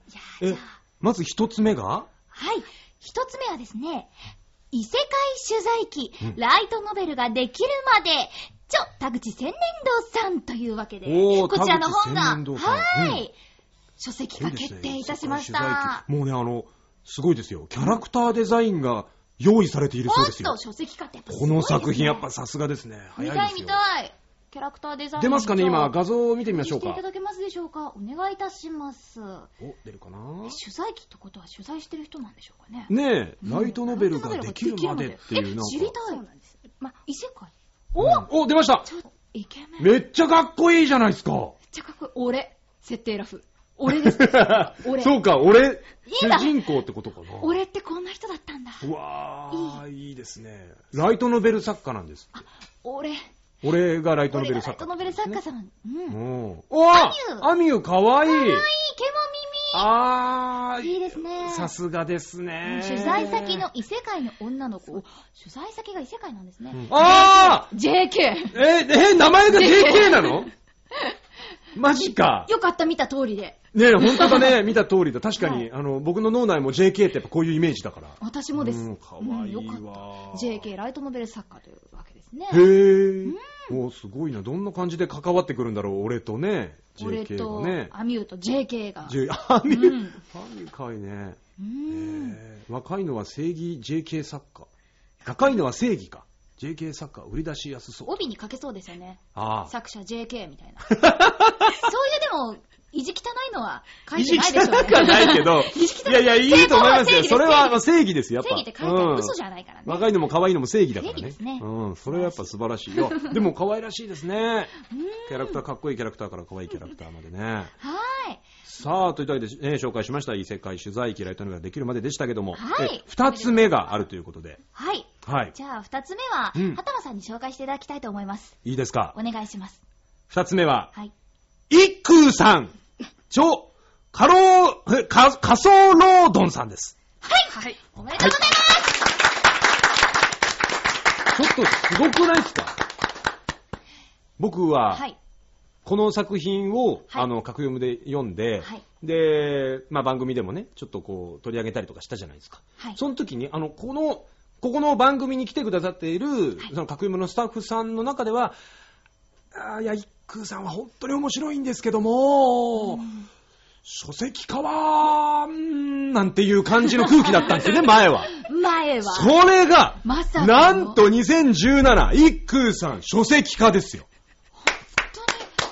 Speaker 2: え
Speaker 3: じゃあ、
Speaker 2: まず一つ目が
Speaker 3: はい。一つ目はですね、異世界取材記
Speaker 2: うん、
Speaker 3: ライトノベルができるまで、ちょ、田口千年堂さんというわけで、
Speaker 2: おー
Speaker 3: こちらの本が、
Speaker 2: 田口千年堂さん
Speaker 3: は
Speaker 2: うん
Speaker 3: い、書籍
Speaker 2: い
Speaker 3: が
Speaker 2: いです
Speaker 3: 決
Speaker 2: ね
Speaker 3: 定いたしました。
Speaker 2: 世界取材記もうね、あの、すごいですよ。キャラクターデザインが用意されている
Speaker 3: お
Speaker 2: そう
Speaker 3: っ
Speaker 2: ですよ
Speaker 3: と、。書籍化ってやっぱすご
Speaker 2: こ
Speaker 3: いですね
Speaker 2: の作品やっぱさすがですね。
Speaker 3: 見
Speaker 2: 早いで
Speaker 3: たい
Speaker 2: す
Speaker 3: 見
Speaker 2: よ。
Speaker 3: たい。キャラクターデザイン。
Speaker 2: 出ますかね、今。
Speaker 3: 画
Speaker 2: 画像を見てみましょう
Speaker 3: してい
Speaker 2: か
Speaker 3: た。だけますでしょうか。お願いいたします。
Speaker 2: お、出るかな
Speaker 3: 取材機ってことは取材してる人なんでしょうかね。
Speaker 2: ねえ、
Speaker 3: うん
Speaker 2: ライトノベルができるまでっていう
Speaker 3: え
Speaker 2: なんか
Speaker 3: 知りたい
Speaker 4: そうなんです。まあ、
Speaker 3: 異世界
Speaker 2: お、出ました
Speaker 3: ちょっと、イケメン。めっ
Speaker 2: めっちゃかっこいいじゃないですか。
Speaker 3: ちゃかっこいい。俺。設定ラフ。俺です。 俺
Speaker 2: そうか、俺、
Speaker 3: いいな
Speaker 2: 主人公ってことかな。
Speaker 3: 俺ってこんな人だったんだ。
Speaker 2: うわー、いいですね。ライトノベル作家なんです。
Speaker 3: 俺。
Speaker 2: 俺がライトノ
Speaker 3: 俺がラ
Speaker 2: ベル
Speaker 3: イ
Speaker 2: 作
Speaker 3: ト
Speaker 2: 家。
Speaker 3: ノベル作家さん。うん。いい、
Speaker 2: う
Speaker 3: ケモ
Speaker 2: ん。おわアミュかわいい
Speaker 3: モ
Speaker 2: あー、
Speaker 3: 耳。いいですね。
Speaker 2: さすがですね。
Speaker 3: 取材先の。異世界の女の子。取材先が異世界なんですね。
Speaker 2: あ
Speaker 3: JK!
Speaker 2: ーえ、え、名前が JK な のマジか。
Speaker 3: よかった、見た通りで。
Speaker 2: ねえ、本当だ ね。見た通りだ。確かに、あの、僕の脳内も JK ってやっぱこういうイメージだから。
Speaker 3: 私もです。
Speaker 2: うんかわいいわ
Speaker 3: うんよかった。JK ライトノベル作家というわけですね。
Speaker 2: へぇー。おすごいな。どんな感じで関わってくるんだろう。俺とね、
Speaker 3: 俺
Speaker 2: JK
Speaker 3: と
Speaker 2: がね。
Speaker 3: アミューと JK が。
Speaker 2: J- アミ
Speaker 3: う
Speaker 2: ュ、
Speaker 3: ん
Speaker 2: アミュかわいいね。
Speaker 3: う
Speaker 2: へ
Speaker 3: ん。
Speaker 2: え若いのは正義 JK 作家。若いのは正義か。JK 作家、売り出しやすそう。
Speaker 3: 帯に書けそうですよね。
Speaker 2: ああ。
Speaker 3: 作者 JK みた いな。そういうでも、意地汚いのは書いてないでしょうね。
Speaker 2: 意地汚くはないけど
Speaker 3: 意地汚
Speaker 2: いやいや、いいと思います
Speaker 3: 正義で
Speaker 2: よ。
Speaker 3: す
Speaker 2: それはまあ正義ですよ、やっ
Speaker 3: 正
Speaker 2: ぱ。
Speaker 3: 義って書いてあ
Speaker 2: うん
Speaker 3: る嘘じゃないからね。
Speaker 2: 若いのも可愛いのも正義だから
Speaker 3: 正
Speaker 2: ね
Speaker 3: 義です。ね
Speaker 2: うん、それはやっぱ素晴らしいよ。でも可愛らしいですね。キャラクター、かっこいいキャラクターから可愛いキャラクターまでね。
Speaker 3: はーい。
Speaker 2: さあ、というわけで、ね、紹介しました異世界取材機ライトノベルができるまででしたけども、
Speaker 3: はい
Speaker 2: え二つ目があるということで、
Speaker 3: はい。
Speaker 2: はい、
Speaker 3: じゃあ、二つ目は、
Speaker 2: うん
Speaker 3: 畑野さんに紹介していただきたいと思います。
Speaker 2: いいですか。
Speaker 3: お願いします。
Speaker 2: 二つ目は、
Speaker 3: はい。
Speaker 2: 一空さん、超、過労、えか仮想労働さんです。
Speaker 4: はい。
Speaker 3: おめでとうございます、
Speaker 2: ちょっとすごくないですか僕は、
Speaker 3: はい。
Speaker 2: この作品を、
Speaker 3: はい
Speaker 2: あの、格読むで読んで、
Speaker 3: はい
Speaker 2: で、まあ番組でもね、ちょっとこう取り上げたりとかしたじゃないですか。
Speaker 3: はい。
Speaker 2: その時に、あの、この、ここの番組に来てくださっている、
Speaker 3: い
Speaker 2: その格読むのスタッフさんの中では、あーいや、一空さんは本当に面白いんですけども、書籍化は、うーんなんていう感じの空気だったんですよね、前 は。
Speaker 3: 前
Speaker 2: そ
Speaker 3: は、
Speaker 2: れが、
Speaker 3: まさかの
Speaker 2: なんと2017、一空さん書籍化ですよ。
Speaker 3: 本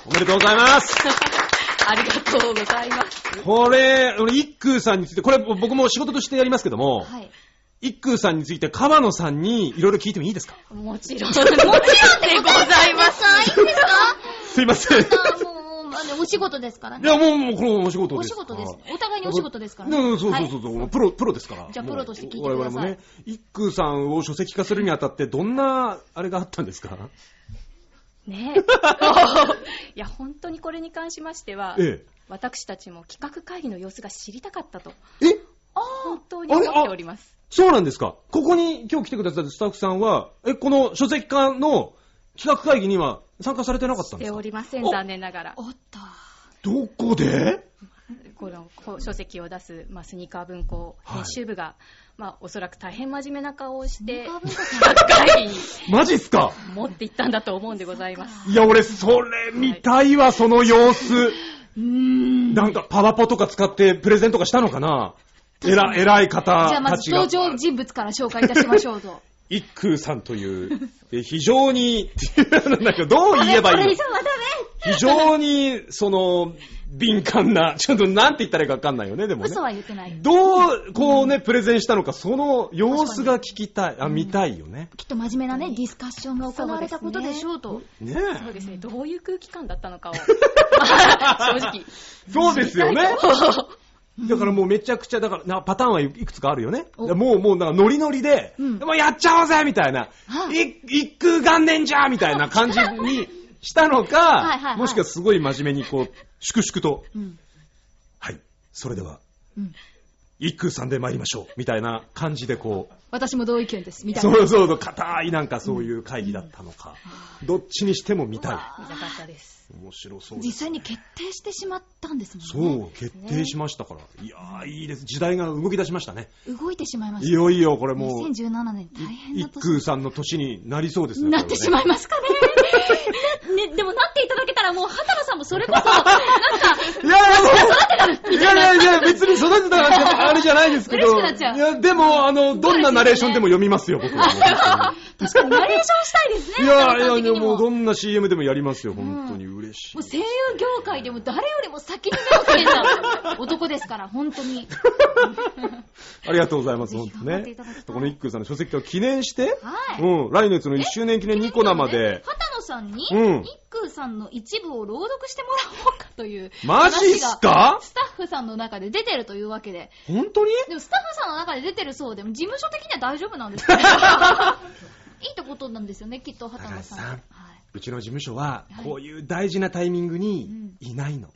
Speaker 2: おめでとうございます。
Speaker 4: ありがとうございます。
Speaker 2: これ、俺、一空さんについて、これ僕も仕事としてやりますけども、
Speaker 3: 当に、はい。
Speaker 2: 一空さんについて、川野さんにいろいろ聞いてもいいですか
Speaker 4: も ちろん。もちろんでございます。
Speaker 3: さあ、いいんです
Speaker 2: すいま せん。い
Speaker 3: かもう、まあね、お仕事ですからね。
Speaker 2: や、もう、もうこれお仕事
Speaker 3: お
Speaker 2: で
Speaker 3: 仕
Speaker 2: すから。
Speaker 3: 事です。お互いにお仕事ですからね。
Speaker 2: ねそうそう
Speaker 3: はい
Speaker 2: そうそう、プロ、プロですから。
Speaker 3: じゃあ
Speaker 2: もう
Speaker 3: プロとして聞いてください
Speaker 2: 我々もね、一空さんを書籍化するにあたって、どんな、あれがあったんですか
Speaker 4: ねえ。いや、本当にこれに関しましては、
Speaker 2: え
Speaker 4: 私たちも企画会議の様子が知りたかったと、
Speaker 2: え。え
Speaker 4: 本当に思っております。
Speaker 2: そうなんですかここに今日来てくださったスタッフさんは、え、この書籍化の企画会議には参加されてなかったん
Speaker 4: し
Speaker 2: で
Speaker 4: て
Speaker 2: す
Speaker 4: お
Speaker 2: か
Speaker 4: りません、残念ながら。
Speaker 3: おっと。
Speaker 2: どこで
Speaker 4: このこう書籍を出す、まあ、スニーカー文庫編集部が、まあ、おそらく大変真面目な顔を して、
Speaker 3: 中文
Speaker 4: 企
Speaker 3: 化さん
Speaker 4: 画会議に
Speaker 2: マジっすか
Speaker 4: 持っていったんだと思うんでございます。
Speaker 2: いや、俺、それ見たいわ、その様子。なんか、パワポとか使ってプレゼントがしたのかなえら、偉い方
Speaker 3: じゃあ、ま
Speaker 2: た
Speaker 3: ず
Speaker 2: ちが
Speaker 3: 登。場人物から紹介いたしましょうぞ。
Speaker 2: 一空さんという、え非常に、 なんだけど、どう言えば いいの
Speaker 3: これ以上はダメ
Speaker 2: 非常に、その、敏感な、ちょっとなんて言ったらいいかわかんないよね、でもね
Speaker 3: 嘘。は言ってない。
Speaker 2: どう、こうね、プレゼンしたのか、その様子が聞きたい、あ、見たいよね。
Speaker 3: きっと真面目なね、ディスカッションが行われたことでしょうと。
Speaker 2: ね
Speaker 4: そう
Speaker 2: え。
Speaker 4: ですね、どういう空気感だったのかを、正直。
Speaker 2: そうですよね。
Speaker 4: は
Speaker 2: だからもうめちゃくちゃ、だからなパターンはいくつかあるよね。
Speaker 3: お
Speaker 2: もうもうなんかノリノリで、
Speaker 3: うん
Speaker 2: もうやっちゃおうぜみたいな、
Speaker 3: はい
Speaker 2: い一空元年じゃみたいな感じにしたのか、
Speaker 3: いはいはい
Speaker 2: もしくはすごい真面目にこう、粛々と、
Speaker 3: うん。
Speaker 2: はい、それでは、
Speaker 3: うん
Speaker 2: 一空さんで参りましょう、みたいな感じでこう、
Speaker 3: 私も同意見です、みたい
Speaker 2: そ
Speaker 3: な。
Speaker 2: うそうそう、硬いなんかそういう会議だったのか、どっちにしても見たい。
Speaker 4: 見たかったです。
Speaker 2: 面白そうです
Speaker 3: 実際に決定してしまったんですもんね。
Speaker 2: そう、決定しましたから。いやー、いいです。時代が動き出しましたね。
Speaker 3: 動いてしまいま
Speaker 2: い
Speaker 3: した。
Speaker 2: よいよ、これもう、
Speaker 3: 2017年大変な
Speaker 2: 一
Speaker 3: 年
Speaker 2: 空さんの年になりそうです
Speaker 3: に
Speaker 2: ね。
Speaker 3: なってしまいますかね。ね、でもなっていただけたらもう、畑野さんもそれこそ、なんか、
Speaker 2: いやいや、いやいやいや、別に育てたなんてあれじゃないですけど。
Speaker 3: 嬉 しくなっちゃう
Speaker 2: いや、でも、あの、どんなナレーションでも読みますよ、 僕は。
Speaker 3: 確かにナレーションしたいですね。
Speaker 2: いや
Speaker 3: 畑野さん
Speaker 2: い
Speaker 3: 的
Speaker 2: や、
Speaker 3: にも
Speaker 2: もうどんな CM でもやりますよ、本当に嬉しい
Speaker 3: もう。声優業界でも誰よりも先に目をつけた男ですから、本当 に。
Speaker 2: ありがとうございます、
Speaker 3: ぜ
Speaker 2: 本
Speaker 3: ひ
Speaker 2: 当
Speaker 3: 頑張って
Speaker 2: ね
Speaker 3: いただきたい。
Speaker 2: この一休さんの書籍を記念して、
Speaker 3: はい
Speaker 2: うん、来月の1周年記念ニコ生で、
Speaker 3: 畑野さんに、
Speaker 2: うん
Speaker 3: 一空さんの一部を朗読してもらおうかという
Speaker 2: マジっ
Speaker 3: 話
Speaker 2: す
Speaker 3: が、
Speaker 2: か
Speaker 3: スタッフさんの中で出てるというわけで。
Speaker 2: 本当に
Speaker 3: でもスタッフさんの中で出てるそうでも、事務所的には大丈夫なんです けど。いいってことなんですよね、きっと畑野さん。
Speaker 2: だからさ
Speaker 3: はい。
Speaker 2: うちの事務所は、こういう大事なタイミングにいないの。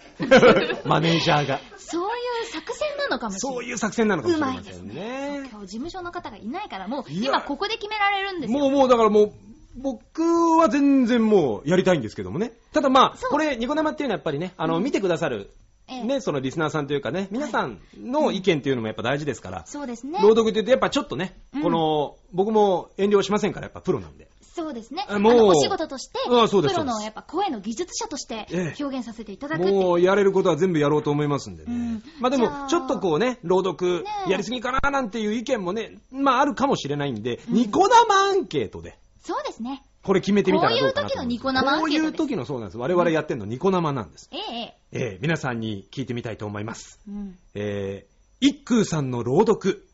Speaker 2: マネー ジャーが。
Speaker 3: そういう作戦なのかもしれ
Speaker 2: そ
Speaker 3: な
Speaker 2: う
Speaker 3: い。
Speaker 2: いう作戦なのかもしれません
Speaker 3: 今
Speaker 2: ね
Speaker 3: 日。事務所の方がいないから、もう
Speaker 2: いや
Speaker 3: 今ここで決められるんですよ。
Speaker 2: もうもうだからもう、僕は全然もうやりたいんですけどもね。ただまあ、これ、ニコ生っていうのはやっぱりね、あの、見てくださる、
Speaker 3: ええ
Speaker 2: ね、そのリスナーさんというかね、皆さんの意見っていうのもやっぱ大事ですから、
Speaker 3: そうですね。
Speaker 2: 朗読って言うとやっぱちょっとね、
Speaker 3: うん
Speaker 2: この、僕も遠慮しませんから、やっぱプロなんで。
Speaker 3: そうですね。
Speaker 2: あ
Speaker 3: あ
Speaker 2: もう
Speaker 3: のお仕事として、
Speaker 2: あそう
Speaker 3: プ
Speaker 2: です
Speaker 3: ロ
Speaker 2: そう
Speaker 3: の
Speaker 2: です
Speaker 3: やっぱ声の技術者として
Speaker 2: ええ
Speaker 3: 表現させていただくっていう。
Speaker 2: もうやれることは全部やろうと思いますんでね。
Speaker 3: うん
Speaker 2: まあで
Speaker 3: じゃ
Speaker 2: も、
Speaker 3: あ
Speaker 2: ちょっとこうね、朗読
Speaker 3: ねえ
Speaker 2: やりすぎかななんていう意見もね、まああるかもしれないんで、ニコ生アンケートで、
Speaker 3: そうですね。
Speaker 2: これ決めてみたらどうかなと思います
Speaker 3: こういう時のニコ生アンケートです
Speaker 2: こういう時のそうなんです。我々やってんのニコ生なんです。
Speaker 3: えええ
Speaker 2: えー皆さんに聞いてみたいと思います。
Speaker 3: え。うん。
Speaker 2: えー一空さんの朗読。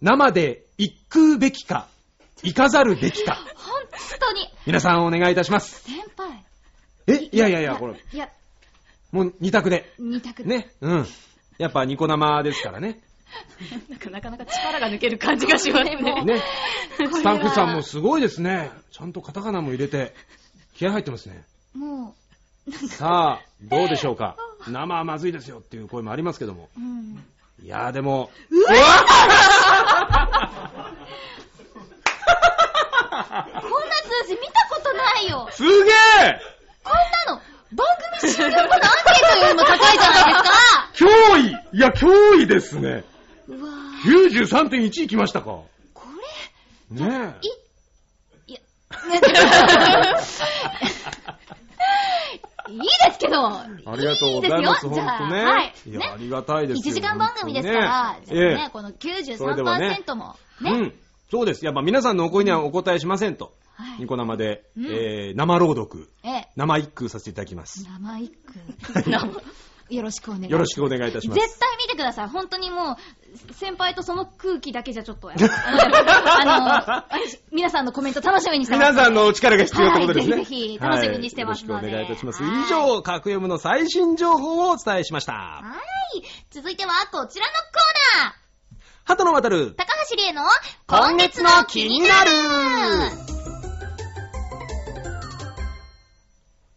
Speaker 2: 生で一空べきか、行かざるべきか。
Speaker 3: 本当に、
Speaker 2: 皆さんお願いいたします。
Speaker 3: 先輩。
Speaker 2: え、いやいやいや、これ、
Speaker 3: いや、
Speaker 2: もう二択で。
Speaker 3: 二択で。
Speaker 2: ね、うん。やっぱニコ生ですからね。
Speaker 4: なんかなかなか力が抜ける感じがしますね。
Speaker 2: ね。スタッフさんもすごいですね。ちゃんとカタカナも入れて、気合入ってますね。
Speaker 3: も
Speaker 2: さあ、どうでしょうか。生はまずいですよっていう声もありますけども。
Speaker 3: う、うん。
Speaker 2: いやーでも、
Speaker 3: こんな数字見たことないよ。
Speaker 2: すげえ
Speaker 3: こんなの、番組終了後のアンケートよりも高いじゃないですか。
Speaker 2: 脅威いや、脅威ですね。
Speaker 3: うわぁ、
Speaker 2: 93.1いきましたか。
Speaker 3: こ
Speaker 2: ねえ。
Speaker 3: れ、いや、ね いいですけど、
Speaker 2: ありがとうございます、
Speaker 3: いいです
Speaker 2: ほん
Speaker 3: よ
Speaker 2: とね。
Speaker 3: じゃあはい
Speaker 2: い
Speaker 3: ね
Speaker 2: や、ありがたいです
Speaker 3: 1
Speaker 2: よ
Speaker 3: 時間番組ですから、
Speaker 2: 本
Speaker 3: じ
Speaker 2: 当
Speaker 3: ゃ
Speaker 2: に
Speaker 3: あ
Speaker 2: ね
Speaker 3: ね、この
Speaker 2: それではね
Speaker 3: 93%も、
Speaker 2: ええう
Speaker 3: ね、
Speaker 2: ん。そうです。やっぱ皆さんのお声にはお答えしませんと。
Speaker 3: はい
Speaker 2: ニコ生で、
Speaker 3: うん
Speaker 2: えー生朗読、
Speaker 3: ええ、
Speaker 2: 生一句させていただきます。
Speaker 3: 生一句、よろしくお願いします
Speaker 2: よろしくお願いいたします。
Speaker 3: 絶対見てください。本当にもう、先輩とその空気だけじゃちょっ と、あの、私皆さんのコメント楽しみにしてます。
Speaker 2: 皆さんのお力が必要ってことですね。
Speaker 3: はいぜひぜひ楽しみにしてますので
Speaker 2: はいよろしくお願いいたします。
Speaker 3: はい
Speaker 2: 以上、格読むの最新情報をお伝えしました。
Speaker 3: はい。続いては、こちらのコーナー
Speaker 2: 鳩の渡る、
Speaker 3: 高橋理恵の、
Speaker 2: 今月の気になる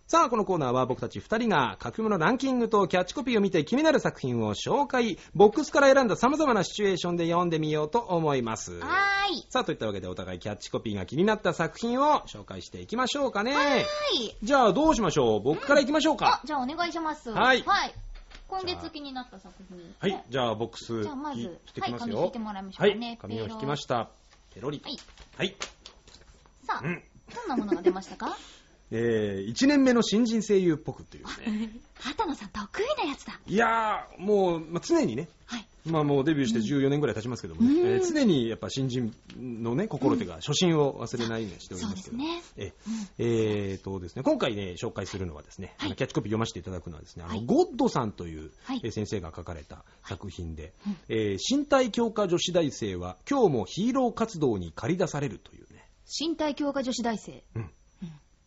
Speaker 2: さあ、このコーナーは僕たち二人が格読むのランキングとキャッチコピーを見て気になる作品を紹介、ボックスから選んだ様々なシチュエーションで読んでみようと思います。
Speaker 3: はーい。
Speaker 2: さあ、といったわけでお互いキャッチコピーが気になった作品を紹介していきましょうかね。
Speaker 3: はい。
Speaker 2: じゃあ、どうしましょう僕からいきましょう
Speaker 3: あ
Speaker 2: か、。
Speaker 3: じゃあお願いします。
Speaker 2: はい
Speaker 3: 今月気になった作品。
Speaker 2: はい、じゃあ、ボックス、
Speaker 3: じゃあまず
Speaker 2: 引いてきま
Speaker 3: は
Speaker 2: す
Speaker 3: い紙引
Speaker 2: よ
Speaker 3: いてもらいましょ
Speaker 2: は
Speaker 3: うかね
Speaker 2: い、紙を引きました。ペロリ。
Speaker 3: はい。
Speaker 2: はい。
Speaker 3: さあ、
Speaker 2: うん
Speaker 3: どんなものが出ましたか
Speaker 2: えー、1年目の新人声優っぽくっていうね。
Speaker 3: 畑野さん得意なやつだ。
Speaker 2: いやー、もう、まあ、常にね、
Speaker 3: はい。
Speaker 2: まあもうデビューして14年ぐらい経ちますけどもね、
Speaker 3: うん
Speaker 2: えー常にやっぱ新人のね、心というか、初心を忘れないようにしておりますけ
Speaker 3: そ
Speaker 2: ど。
Speaker 3: うです
Speaker 2: えええーとですね、今回ね、紹介するのはですね、あのキャッチコピー読ませていただくのはですね、あ
Speaker 3: は
Speaker 2: の、
Speaker 3: い
Speaker 2: ゴッドさんという、
Speaker 3: はい
Speaker 2: えー先生が書かれた作品で、えー身体強化女子大生は今日もヒーロー活動に駆り出されるというね、
Speaker 3: 身体強化女子大生。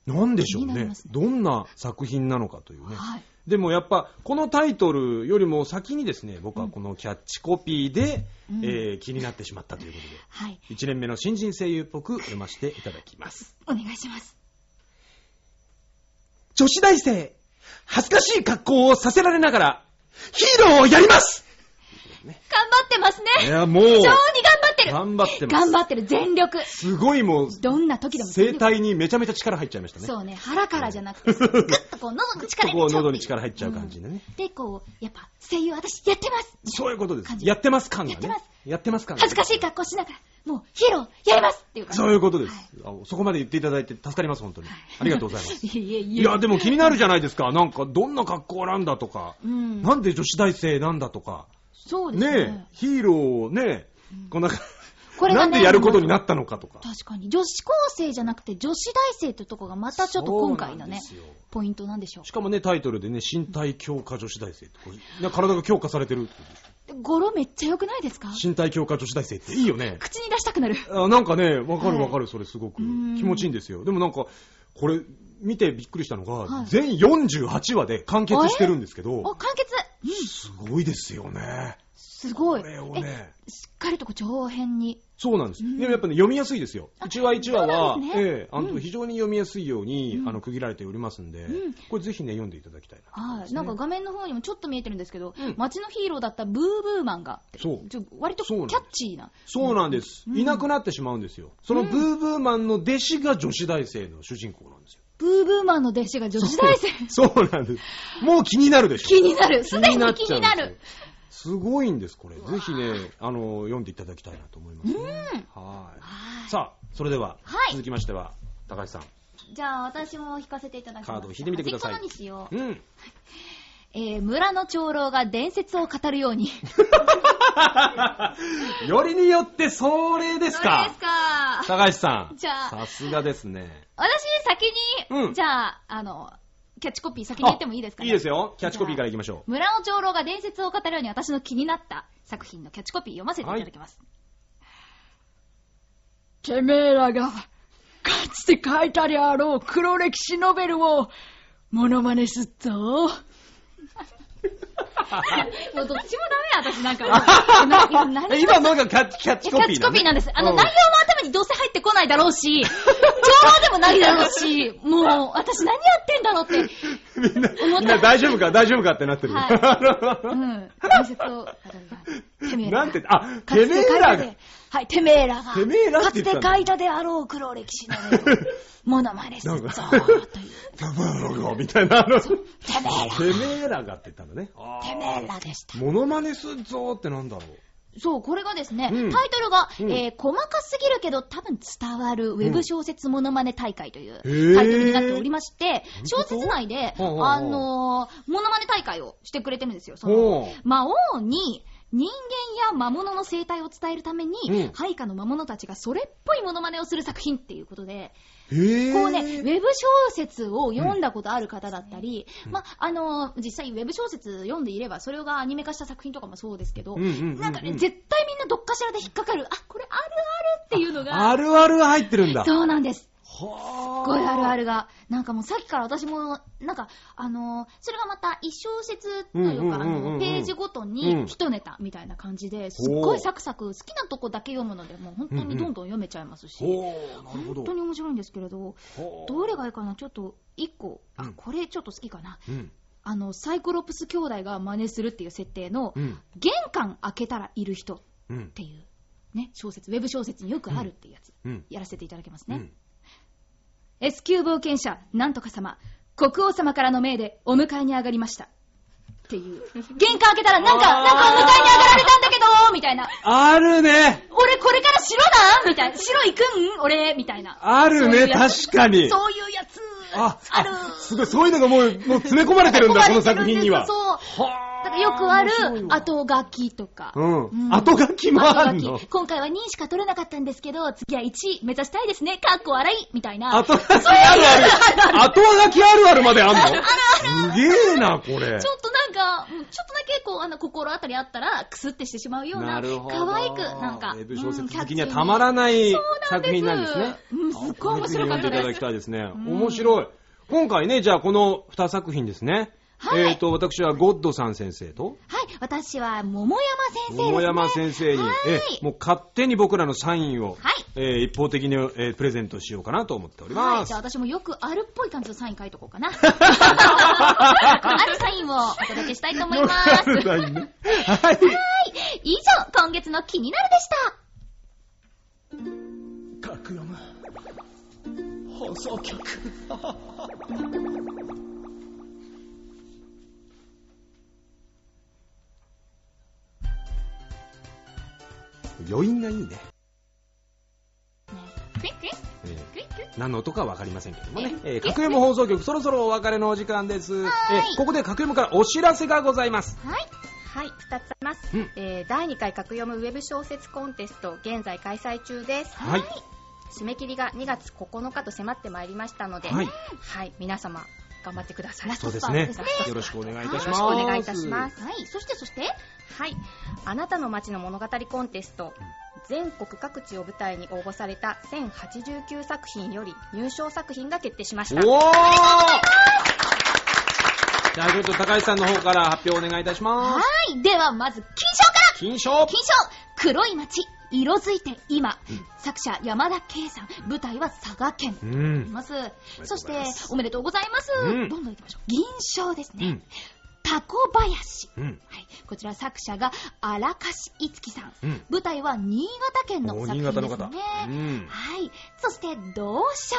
Speaker 2: なんでしょう
Speaker 3: 気にな
Speaker 2: ね
Speaker 3: りますね
Speaker 2: どんな作品なのかというね、
Speaker 3: はい
Speaker 2: でもやっぱこのタイトルよりも先にですね僕はこのキャッチコピーで、
Speaker 3: うん
Speaker 2: えー気になってしまったというこ
Speaker 3: はい。
Speaker 2: とで1年目の新人声優っぽく読ませていただきます
Speaker 3: お願いします。
Speaker 2: 女子大生恥ずかしい格好をさせられながらヒーローをやります
Speaker 3: 頑張ってますね。
Speaker 2: いやもう
Speaker 3: 非常に頑張ってってる
Speaker 2: 頑張ってます。
Speaker 3: 頑張ってる全力
Speaker 2: すごいもう、
Speaker 3: どんな時でも全
Speaker 2: 声
Speaker 3: 力
Speaker 2: 帯にめちゃめちゃ力入っちゃいましたね。
Speaker 3: そうね、腹からじゃなくて、グッとこう、喉の
Speaker 2: ちょ
Speaker 3: 力
Speaker 2: っと
Speaker 3: 入
Speaker 2: こ
Speaker 3: れ
Speaker 2: う
Speaker 3: ちゃう
Speaker 2: 喉に力入っちゃう感じでね。
Speaker 3: で、こう、やっぱ、声優私やってます
Speaker 2: そういうことです
Speaker 3: 感。じ
Speaker 2: やってます感が
Speaker 3: や
Speaker 2: ね
Speaker 3: ってます。
Speaker 2: やってます感が
Speaker 3: 恥ずかしい格好しながら、もう、ヒーローやりますっていう感じ。
Speaker 2: そういうことです、あそこまで言っていただいて助かります、本当に。ありがとうございます。
Speaker 3: いえいえ
Speaker 2: いや、でも気になるじゃないですか。なんか、どんな格好なんだとか、
Speaker 3: うん
Speaker 2: なんで女子大生なんだとか、
Speaker 3: そうですね。
Speaker 2: ねえ、ヒーローをね、こんな、
Speaker 3: これが
Speaker 2: な
Speaker 3: ね
Speaker 2: んでやることになったのかとか。
Speaker 3: 確かに。女子高生じゃなくて女子大生ってとこがまたちょっと今回のね
Speaker 2: そうなんですよ、
Speaker 3: ポイントなんでしょう
Speaker 2: しかもね、タイトルでね、身体強化女子大生って、こうな体が強化されてるってことでしょ。
Speaker 3: で語呂めっちゃ良くないですか
Speaker 2: 身体強化女子大生っていいよね。
Speaker 3: 口に出したくなる。
Speaker 2: あなんかね、わかるわかる、それすご
Speaker 3: う
Speaker 2: く。
Speaker 3: ん
Speaker 2: 気持ちいいんですよ。でもなんか、これ、見てびっくりしたのが、
Speaker 3: はい
Speaker 2: 全48話で完結してるんですけ
Speaker 3: お、
Speaker 2: ど、
Speaker 3: 完結
Speaker 2: すごいですよね。
Speaker 3: すごい。
Speaker 2: これをね
Speaker 3: え、しっかりとこう上辺に。
Speaker 2: そうなんです。でもやっぱね、読みやすいですよ。一話一話は、
Speaker 3: そうなんですね
Speaker 2: ええあの、非常に読みやすいように、あの、区切られておりますんで、
Speaker 3: うん
Speaker 2: これぜひね、読んでいただきたいな。
Speaker 3: はい。なんか画面の方にもちょっと見えてるんですけど、
Speaker 2: ん
Speaker 3: 街のヒーローだったブーブーマンが、
Speaker 2: そう
Speaker 3: ちょ割とキ
Speaker 2: そ
Speaker 3: ャ
Speaker 2: う
Speaker 3: ッ
Speaker 2: なんです
Speaker 3: チーな。
Speaker 2: そうなんです、いなくなってしまうんですよ。そのブーブーマンの弟子が女子大生の主人公なんですよ。
Speaker 3: ブーブーマンの弟子が女子大生。
Speaker 2: そうなんです。もう気になるでしょ。
Speaker 3: 気になる。すでに
Speaker 2: っちゃ
Speaker 3: 気
Speaker 2: うん
Speaker 3: に
Speaker 2: です
Speaker 3: な
Speaker 2: よ
Speaker 3: る。。
Speaker 2: すごいんです、これ。ぜひね、あの、読んでいただきたいなと思います、ね。はい。さあ、それでは、
Speaker 3: はい
Speaker 2: 続きましては、高橋さん。
Speaker 3: じゃあ私も引かせていただきます。
Speaker 2: カードを引いてみてください
Speaker 3: あ引くのにしよう。
Speaker 2: うん。
Speaker 3: えー、村の長老が伝説を語るように。
Speaker 2: よりによって、それで
Speaker 3: ど
Speaker 2: す
Speaker 3: う
Speaker 2: か
Speaker 3: ですか
Speaker 2: 高橋さん。
Speaker 3: じゃあ
Speaker 2: さすがですね。
Speaker 3: 私、先に、
Speaker 2: うん
Speaker 3: じゃあ、あの、キャッチコピー先に言ってもいいですか
Speaker 2: あ
Speaker 3: ね。
Speaker 2: いいですよ。キャッチコピーからいきましょ
Speaker 3: 村の長老が伝説を語るように私の気になった作品のキャッチコピー読ませていただきます。てめえらが、かつて書いたであろう黒歴史ノベルを、モノマネすっぞ。 もうどっちもダメ私なんか。な何
Speaker 2: う。今のがキャッチキャッ
Speaker 3: キ
Speaker 2: チ
Speaker 3: ャ
Speaker 2: コピーだ、
Speaker 3: ッ
Speaker 2: ね。
Speaker 3: チコピーなんです。あの、
Speaker 2: うん
Speaker 3: 内容も頭にどうせ入ってこないだろう し、情報でもないだろうし、もう、私何やってんだろうって。
Speaker 2: みんな、みんな大丈夫か大丈夫かってなってる。
Speaker 3: はうん。伝説を語るてめえらが。
Speaker 2: なんて、あ、
Speaker 3: かつ
Speaker 2: て
Speaker 3: て
Speaker 2: め
Speaker 3: 書
Speaker 2: え
Speaker 3: いた
Speaker 2: ら
Speaker 3: で
Speaker 2: が。、
Speaker 3: はい、てめえらが、
Speaker 2: てめえら
Speaker 3: か
Speaker 2: って
Speaker 3: つ
Speaker 2: 言った
Speaker 3: て
Speaker 2: の
Speaker 3: 書いたであろう黒歴史のものまねすぞ、と う。
Speaker 2: ないんか
Speaker 3: て
Speaker 2: てめえら が、みたいな。あの て
Speaker 3: めえら、
Speaker 2: めえらがって言ったんだね。あー
Speaker 3: てめえらでした。
Speaker 2: モノマネすっぞーってなんだろう。
Speaker 3: そう、これがですね、
Speaker 2: うん
Speaker 3: タイトルが、
Speaker 2: うん
Speaker 3: えー細かすぎるけど多分伝わるウェブ小説モノマネ大会という
Speaker 2: ー
Speaker 3: タイトルになっておりまして、小説内で、
Speaker 2: ほうほうほう
Speaker 3: あのー、モノマネ大会をしてくれてるんですよ。そ
Speaker 2: ほ
Speaker 3: の
Speaker 2: う、
Speaker 3: 魔王に、人間や魔物の生態を伝えるために、
Speaker 2: うん
Speaker 3: 配下の魔物たちがそれっぽいモノマネをする作品っていうことで、
Speaker 2: へぇー。
Speaker 3: こうね、ウェブ小説を読んだことある方だったり、ま、あの、実際ウェブ小説読んでいれば、それがアニメ化した作品とかもそうですけど、
Speaker 2: うんうんうんうん
Speaker 3: なんかね、絶対みんなどっかしらで引っかかる、あ、これあるあるっていうのが、
Speaker 2: あるあるが入ってるんだ。
Speaker 3: そうなんです。
Speaker 2: は
Speaker 3: すごいあるあるが、なんかもうさっきから私も、なんか、あのーそれがまた一小節というか、あ
Speaker 2: うんうんうんうんうん
Speaker 3: の、ページごと
Speaker 2: う
Speaker 3: に
Speaker 2: ん
Speaker 3: 一ネタみたいな感じで、すっごいサクサク、好きなとこだけ読むので、もう本当にどんどん読めちゃいますし、
Speaker 2: ほー、なるほ
Speaker 3: 本
Speaker 2: ど
Speaker 3: 当。に面白いんですけれど、
Speaker 2: ほー
Speaker 3: どれがいいかなちょっと、一個、
Speaker 2: う
Speaker 3: あ
Speaker 2: ん、
Speaker 3: これちょっと好きかな。
Speaker 2: うん。
Speaker 3: あの、サイクロプス兄弟が真似するっていう設定の、
Speaker 2: うん
Speaker 3: 玄関開けたらいる人っ
Speaker 2: うん。
Speaker 3: ていう、ね、小説、ウェブ小説によくあるっていうやつ、
Speaker 2: うん。
Speaker 3: やらせていただきます
Speaker 2: う
Speaker 3: ね。
Speaker 2: ん
Speaker 3: S 級冒険者、なんとか様、国王様からの命でお迎えに上がりました。っていう。玄関開けたら、なんか、
Speaker 2: あー
Speaker 3: なんかお迎えに上がられたんだけどみたいな。
Speaker 2: あるね
Speaker 3: 俺これから白だみたいな。白行くん俺みたいな。
Speaker 2: ある
Speaker 3: そういう
Speaker 2: ね、
Speaker 3: やつ
Speaker 2: 確かに。
Speaker 3: そういうやつ
Speaker 2: あ
Speaker 3: ある
Speaker 2: すごい、そういうのがもう、もう詰め込まれてるんだ、この作品には。
Speaker 3: そう。
Speaker 2: は
Speaker 3: だからよくある
Speaker 2: 面白い、わ
Speaker 3: 後書きとか。
Speaker 2: うん後書きもあんの
Speaker 3: 後書き今回は2位しか取れなかったんですけど、次は1位目指したいですね。かっこ笑いみたいな。
Speaker 2: 後書きあるある。後書きあるあるまであんのすげえな、こ
Speaker 3: ちょ
Speaker 2: れ。
Speaker 3: っとなんか、うんちょっとだけこう、あの、心当たりあったら、クスってしてしまうような、可愛く、なんか、
Speaker 2: ウェブ小
Speaker 3: うん
Speaker 2: 説
Speaker 3: キャッチ
Speaker 2: 好き
Speaker 3: ー
Speaker 2: にはたまらない
Speaker 3: そうなんです
Speaker 2: 作品なんですね。
Speaker 3: うんすっごい面白かった
Speaker 2: ぜひ読んでいた
Speaker 3: で
Speaker 2: だ
Speaker 3: す
Speaker 2: きたいですね。面白い。今回ね、じゃあこの2作品ですね。
Speaker 3: はい
Speaker 2: えっと、私はゴッドさん先生と、
Speaker 3: はい、私は、桃山先生です、ね。
Speaker 2: 桃山先生に
Speaker 3: はい、
Speaker 2: えもう勝手に僕らのサインを、
Speaker 3: はい
Speaker 2: えー一方的に、えープレゼントしようかなと思っており
Speaker 3: は
Speaker 2: ま
Speaker 3: い、じ
Speaker 2: す。
Speaker 3: ゃあ私もよくあるっぽい感じのサイン書いとこうかな。 あるサインをお届けしたいと思い ます。
Speaker 2: よくあるサインねはい。
Speaker 3: はい。以上、今月の気になるでした。
Speaker 5: 放送局
Speaker 2: 余韻がいいね。
Speaker 4: クイックイッ
Speaker 2: えー
Speaker 4: クイックイ
Speaker 2: 何の音かわかりませんけどもね。えー、格山放送局、そろそろお別れのお時間です。えー
Speaker 4: はい
Speaker 2: ここで格山からお知らせがございます。
Speaker 4: はい。はい、二つあります。
Speaker 2: うん
Speaker 4: えー第2回格読むウェブ小説コンテスト、現在開催中です。
Speaker 2: はい。
Speaker 4: 締め切りが2月9日と迫ってまいりましたので、
Speaker 2: はい
Speaker 4: はい皆様、頑張ってください。
Speaker 2: そうですね
Speaker 4: ラストスパートです。
Speaker 2: よろしくお願いいたします。
Speaker 4: よろしくお願いいたします。
Speaker 1: はい、そしてそして、
Speaker 4: はい。あなたの街の物語コンテスト、全国各地を舞台に応募された1089作品より入賞作品が決定しました。
Speaker 2: おーじゃあちょっと高橋さんの方から発表お願いいたしま
Speaker 3: は
Speaker 2: す。
Speaker 3: ーい。では、まず、金賞から
Speaker 2: 金賞
Speaker 3: 金賞黒い街、色づいて今。作者、山田圭さん。舞台は佐賀県。
Speaker 2: う
Speaker 3: い
Speaker 2: ん。
Speaker 3: ます。
Speaker 2: ます
Speaker 3: そして、おめでとうございます。
Speaker 2: うん
Speaker 3: どんどん行きましょう。銀賞です
Speaker 2: う
Speaker 3: ね。
Speaker 2: ん。
Speaker 3: タコ林。
Speaker 2: うん。
Speaker 3: はい、こちら作者が荒樫いつきさん。
Speaker 2: うん。
Speaker 3: 舞台は新潟県の
Speaker 2: お
Speaker 3: 作
Speaker 2: 新
Speaker 3: 品です
Speaker 2: 潟
Speaker 3: ね
Speaker 2: の。方。うん。
Speaker 3: はい。そして、同賞。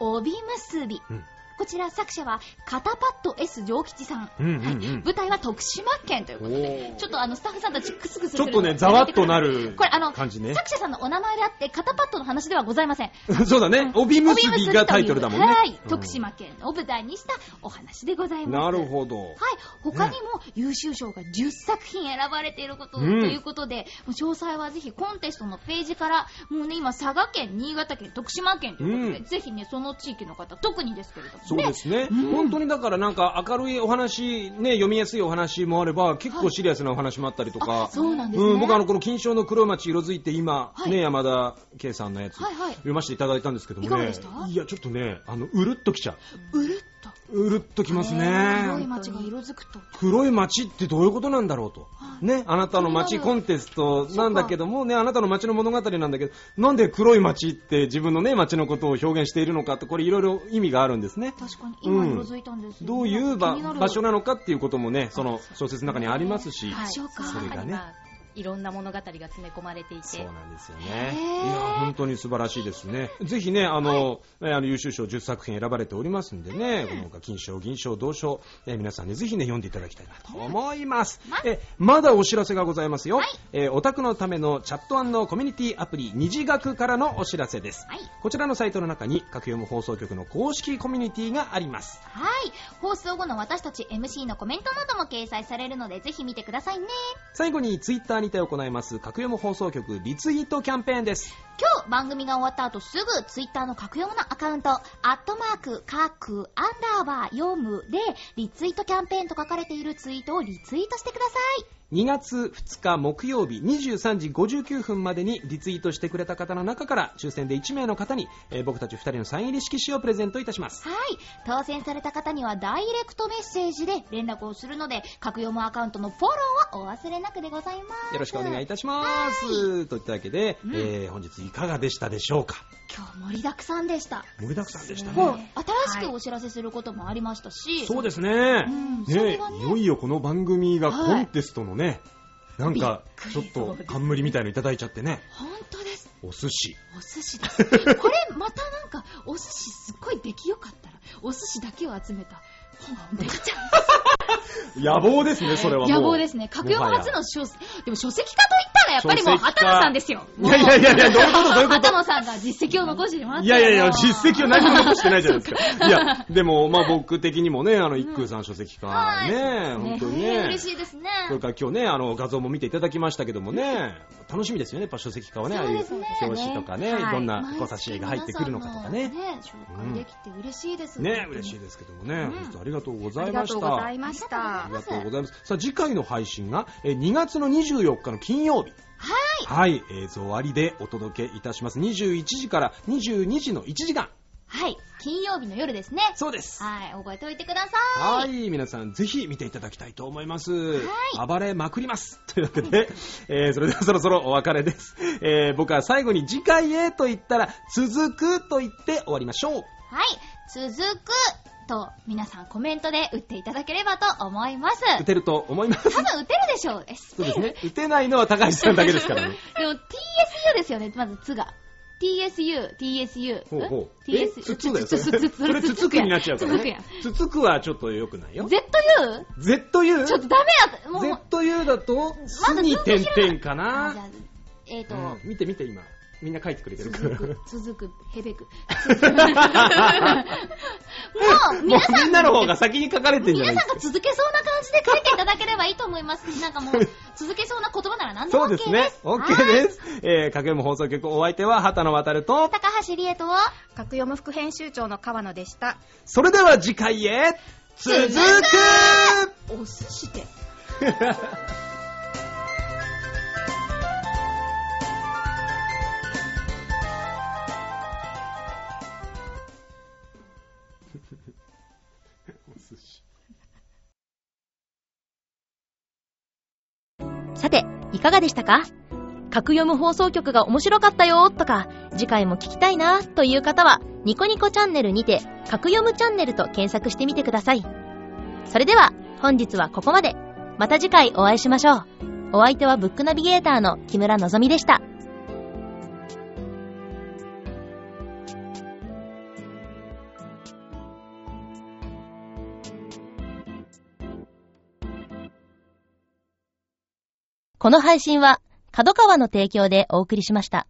Speaker 3: 帯結び。
Speaker 2: うん
Speaker 3: こちら作者は、カタパッド S 上吉さん。
Speaker 2: うんうん
Speaker 3: はい
Speaker 2: うん
Speaker 3: 舞台は徳島県という
Speaker 2: お
Speaker 3: ことで、
Speaker 2: ー
Speaker 3: ちょっとあの、スタッフさんたちクスクスす
Speaker 2: ち
Speaker 3: る
Speaker 2: ょっとね、ざわっとなる
Speaker 3: これあの
Speaker 2: 感じね。
Speaker 3: 作者さんのお名前であって、カタパッドの話ではございません。
Speaker 2: そうだね。帯結びがタイトルだもんね。
Speaker 3: はい、
Speaker 2: うん
Speaker 3: 徳島県を舞台にしたお話でございます。
Speaker 2: なる
Speaker 3: ど。
Speaker 2: ほど。
Speaker 3: はい、他にも優秀賞が10作品選ばれていること、
Speaker 2: うん
Speaker 3: ということで、もう詳細はぜひコンテストのページから、もうね、今、佐賀県、新潟県、徳島県ということで、
Speaker 2: うん
Speaker 3: ぜひね、その地域の方、特にですけれどもね。
Speaker 2: そうですね、
Speaker 3: うん
Speaker 2: 本当にだからなんか明るいお話、ね、読みやすいお話もあれば、結構シリアスなお話もあったりとか、
Speaker 3: あそうなんですね。
Speaker 2: うん、僕あのこの金賞の黒町色づいて今、
Speaker 3: はい
Speaker 2: ね、山田圭さんのやつ、
Speaker 3: はいはい
Speaker 2: 読ませていただいたんですけどもね
Speaker 3: いかがでした
Speaker 2: いやちょっとねあのうるっときちゃ
Speaker 3: うるっと、
Speaker 2: ううるっときます
Speaker 3: 黒い
Speaker 2: ね
Speaker 3: 街が色づくと。
Speaker 2: 黒い町ってどういうことなんだろうと、
Speaker 3: はい
Speaker 2: ね、あなたの町
Speaker 3: 気にな
Speaker 2: コ
Speaker 3: る
Speaker 2: ンテストなんだけども、ね、あなたの町の物語なんだけどなんで黒い町って自分の、ね、町のことを表現しているのかってこれいろいろ意味があるんですね
Speaker 3: 確かに、
Speaker 2: う
Speaker 3: 今
Speaker 2: ん
Speaker 3: 色づいたんですよ、
Speaker 2: どういう場
Speaker 3: 気になる
Speaker 2: 場所なのかっていうこともねその小説の中にありますし、
Speaker 4: はい
Speaker 3: そうか
Speaker 2: それがね
Speaker 4: 中にはいろんな物語が詰め込まれていて、
Speaker 2: そうなんですよね。
Speaker 3: へー
Speaker 2: いや、本当に素晴らしいですね。ぜひね、あの、えあの優秀賞10作品選ばれておりますんでね、この他金賞、銀賞、銅賞、え皆さんにぜひね、読んでいただきたいなと思います。えまだお知らせがございますよ。えオタクのためのチャットコミュニティアプリ、二次学からのお知らせです。
Speaker 3: はい
Speaker 2: こちらのサイトの中に、各読む放送局の公式コミュニティがあります。
Speaker 1: はい。放送後の私たち MC のコメントなども掲載されるので、ぜひ見てくださいね。
Speaker 2: 最後に、ツイッターにて行います、各読む放送局リツイートキャンペーンです。
Speaker 1: 今日番組が終わった後すぐツイッターの格読むのアカウント、アットマーク、カク、アンダーバー、読むで、リツイートキャンペーンと書かれているツイートをリツイートしてください。
Speaker 2: 2月2日木曜日23時59分までにリツイートしてくれた方の中から抽選で1名の方に、えー僕たち2人のサイン入り色紙をプレゼントいたします
Speaker 1: はい。当選された方にはダイレクトメッセージで連絡をするので、格読むアカウントのフォローをお忘れなくでございます。
Speaker 2: よろしくお願いいたしますといったわけで、えー本日いかがでしたでしょうか
Speaker 1: 今日盛りだくさんでした。
Speaker 2: 盛りだくさんでしたね
Speaker 1: もう新しくお知らせすることもありましたし、
Speaker 2: そうですね,、
Speaker 1: んそ
Speaker 2: ね
Speaker 1: れはね
Speaker 2: いよいよこの番組が
Speaker 1: はい
Speaker 2: コンテストのね、なんかちょっと冠みたいのいただいちゃってね
Speaker 1: 本当です。
Speaker 2: お寿司
Speaker 1: お寿司です。 これまたなんか、お寿司すっごい出来よかったら、お寿司だけを集めた本ができちゃう。
Speaker 2: 野望ですねそれはもう
Speaker 3: 野望ですね。格読
Speaker 2: もは
Speaker 3: 初
Speaker 2: や
Speaker 3: の書、でも書籍化と言ったらやっぱりもう、
Speaker 2: 書籍
Speaker 3: 畑
Speaker 2: 化
Speaker 3: 野さんですよ。
Speaker 2: いやいやいやいやどういうことどういうこと
Speaker 3: 畑野さんが実績を残してもらった
Speaker 2: いやいやいや、
Speaker 3: 績。
Speaker 2: 実績を何も残してないじゃないですか。いや、でも、まあ僕的にもね、あの、一空さん書籍化、ね、本当にね。
Speaker 1: 嬉しいですね。
Speaker 2: それから今日ね、あの、画像も見ていただきましたけどもね、楽しみですよね、やっぱ書籍化はね、ああいう
Speaker 1: そうですね
Speaker 2: 表紙とかね、
Speaker 4: はい
Speaker 2: どんな
Speaker 1: 毎
Speaker 2: 小差し絵が入ってくるのかとかね。
Speaker 1: 皆さんのね紹介できて嬉しいです。
Speaker 2: ね、嬉しいですけどもね、本当ありがとうござ
Speaker 4: あ
Speaker 2: い
Speaker 4: りが
Speaker 2: ま
Speaker 4: とう
Speaker 2: し
Speaker 4: ご
Speaker 2: た。
Speaker 4: ざいまし
Speaker 1: あ
Speaker 4: た
Speaker 1: り
Speaker 2: あり
Speaker 1: が
Speaker 2: が
Speaker 1: と
Speaker 2: と
Speaker 1: う
Speaker 2: う
Speaker 1: ご
Speaker 2: ございます。さあ、次回の配信が、えー2月の24日の金曜日。はい。はい、映像ありでお届けいたします。21時から22時の1時間。
Speaker 1: はい。金曜日の夜ですね。
Speaker 2: そうです。
Speaker 1: はい。覚えておいてください。
Speaker 2: はい、皆さんぜひ見ていただきたいと思います。暴れまくります。というわけで、えーそれではそろそろお別れです。えー僕は最後に次回へと言ったら、続くと言って終わりましょう。
Speaker 1: はい。続くと、皆さんコメントで打っていただければと思います。
Speaker 2: 打てると思います。
Speaker 1: 多分打てるでしょう。え、ス
Speaker 2: そう
Speaker 1: ペ
Speaker 2: です
Speaker 1: ル。
Speaker 2: ね。打てないのは高橋さんだけですからね。
Speaker 1: でも TSU ですよね。まず、つが。
Speaker 4: TSU、TSU、
Speaker 2: ほうほう。え
Speaker 4: TSU、
Speaker 2: つつだよ、そ
Speaker 4: つ
Speaker 2: れ。
Speaker 4: つつつ
Speaker 2: それ、つつくになっちゃうから
Speaker 4: つつくや
Speaker 2: ね。つつくはちょっと良くないよ。
Speaker 4: ZU?
Speaker 2: ZU?
Speaker 4: ちょっとダメやもう、
Speaker 2: ZU だと、すに点々か
Speaker 4: あじゃ
Speaker 2: な
Speaker 4: あ。えっ、と、
Speaker 2: うん見て見て、今。みんな書いてくれてるか
Speaker 3: 続
Speaker 2: ら。
Speaker 3: く、続く、へべく。
Speaker 4: もう、
Speaker 2: も
Speaker 4: 皆
Speaker 2: う
Speaker 4: さ
Speaker 2: みん
Speaker 4: ん、
Speaker 2: なの方が先に書かれてんじゃ
Speaker 4: 皆
Speaker 2: な
Speaker 4: さ
Speaker 2: い
Speaker 4: ん
Speaker 2: で
Speaker 4: が
Speaker 2: すか。
Speaker 4: 続けそうな感じで書いていただければいいと思います。なんかもう、続けそうな言葉なら何でも
Speaker 2: そう
Speaker 4: OK で。
Speaker 2: ですすね。OK です。えー、かけも放送局お相手は、畑野渡と、
Speaker 4: 高橋理恵と、
Speaker 6: 格読む副編集長の川野でした。
Speaker 2: それでは次回へ、続く
Speaker 3: お寿司で。
Speaker 4: さて、いかがでしたか格読む放送局が面白かったよとか、次回も聞きたいなという方は、ニコニコチャンネルにて、格読むチャンネルと検索してみてください。それでは、本日はここまで。また次回お会いしましょう。お相手はブックナビゲーターの木村のぞみでした。この配信は、角川の提供でお送りしました。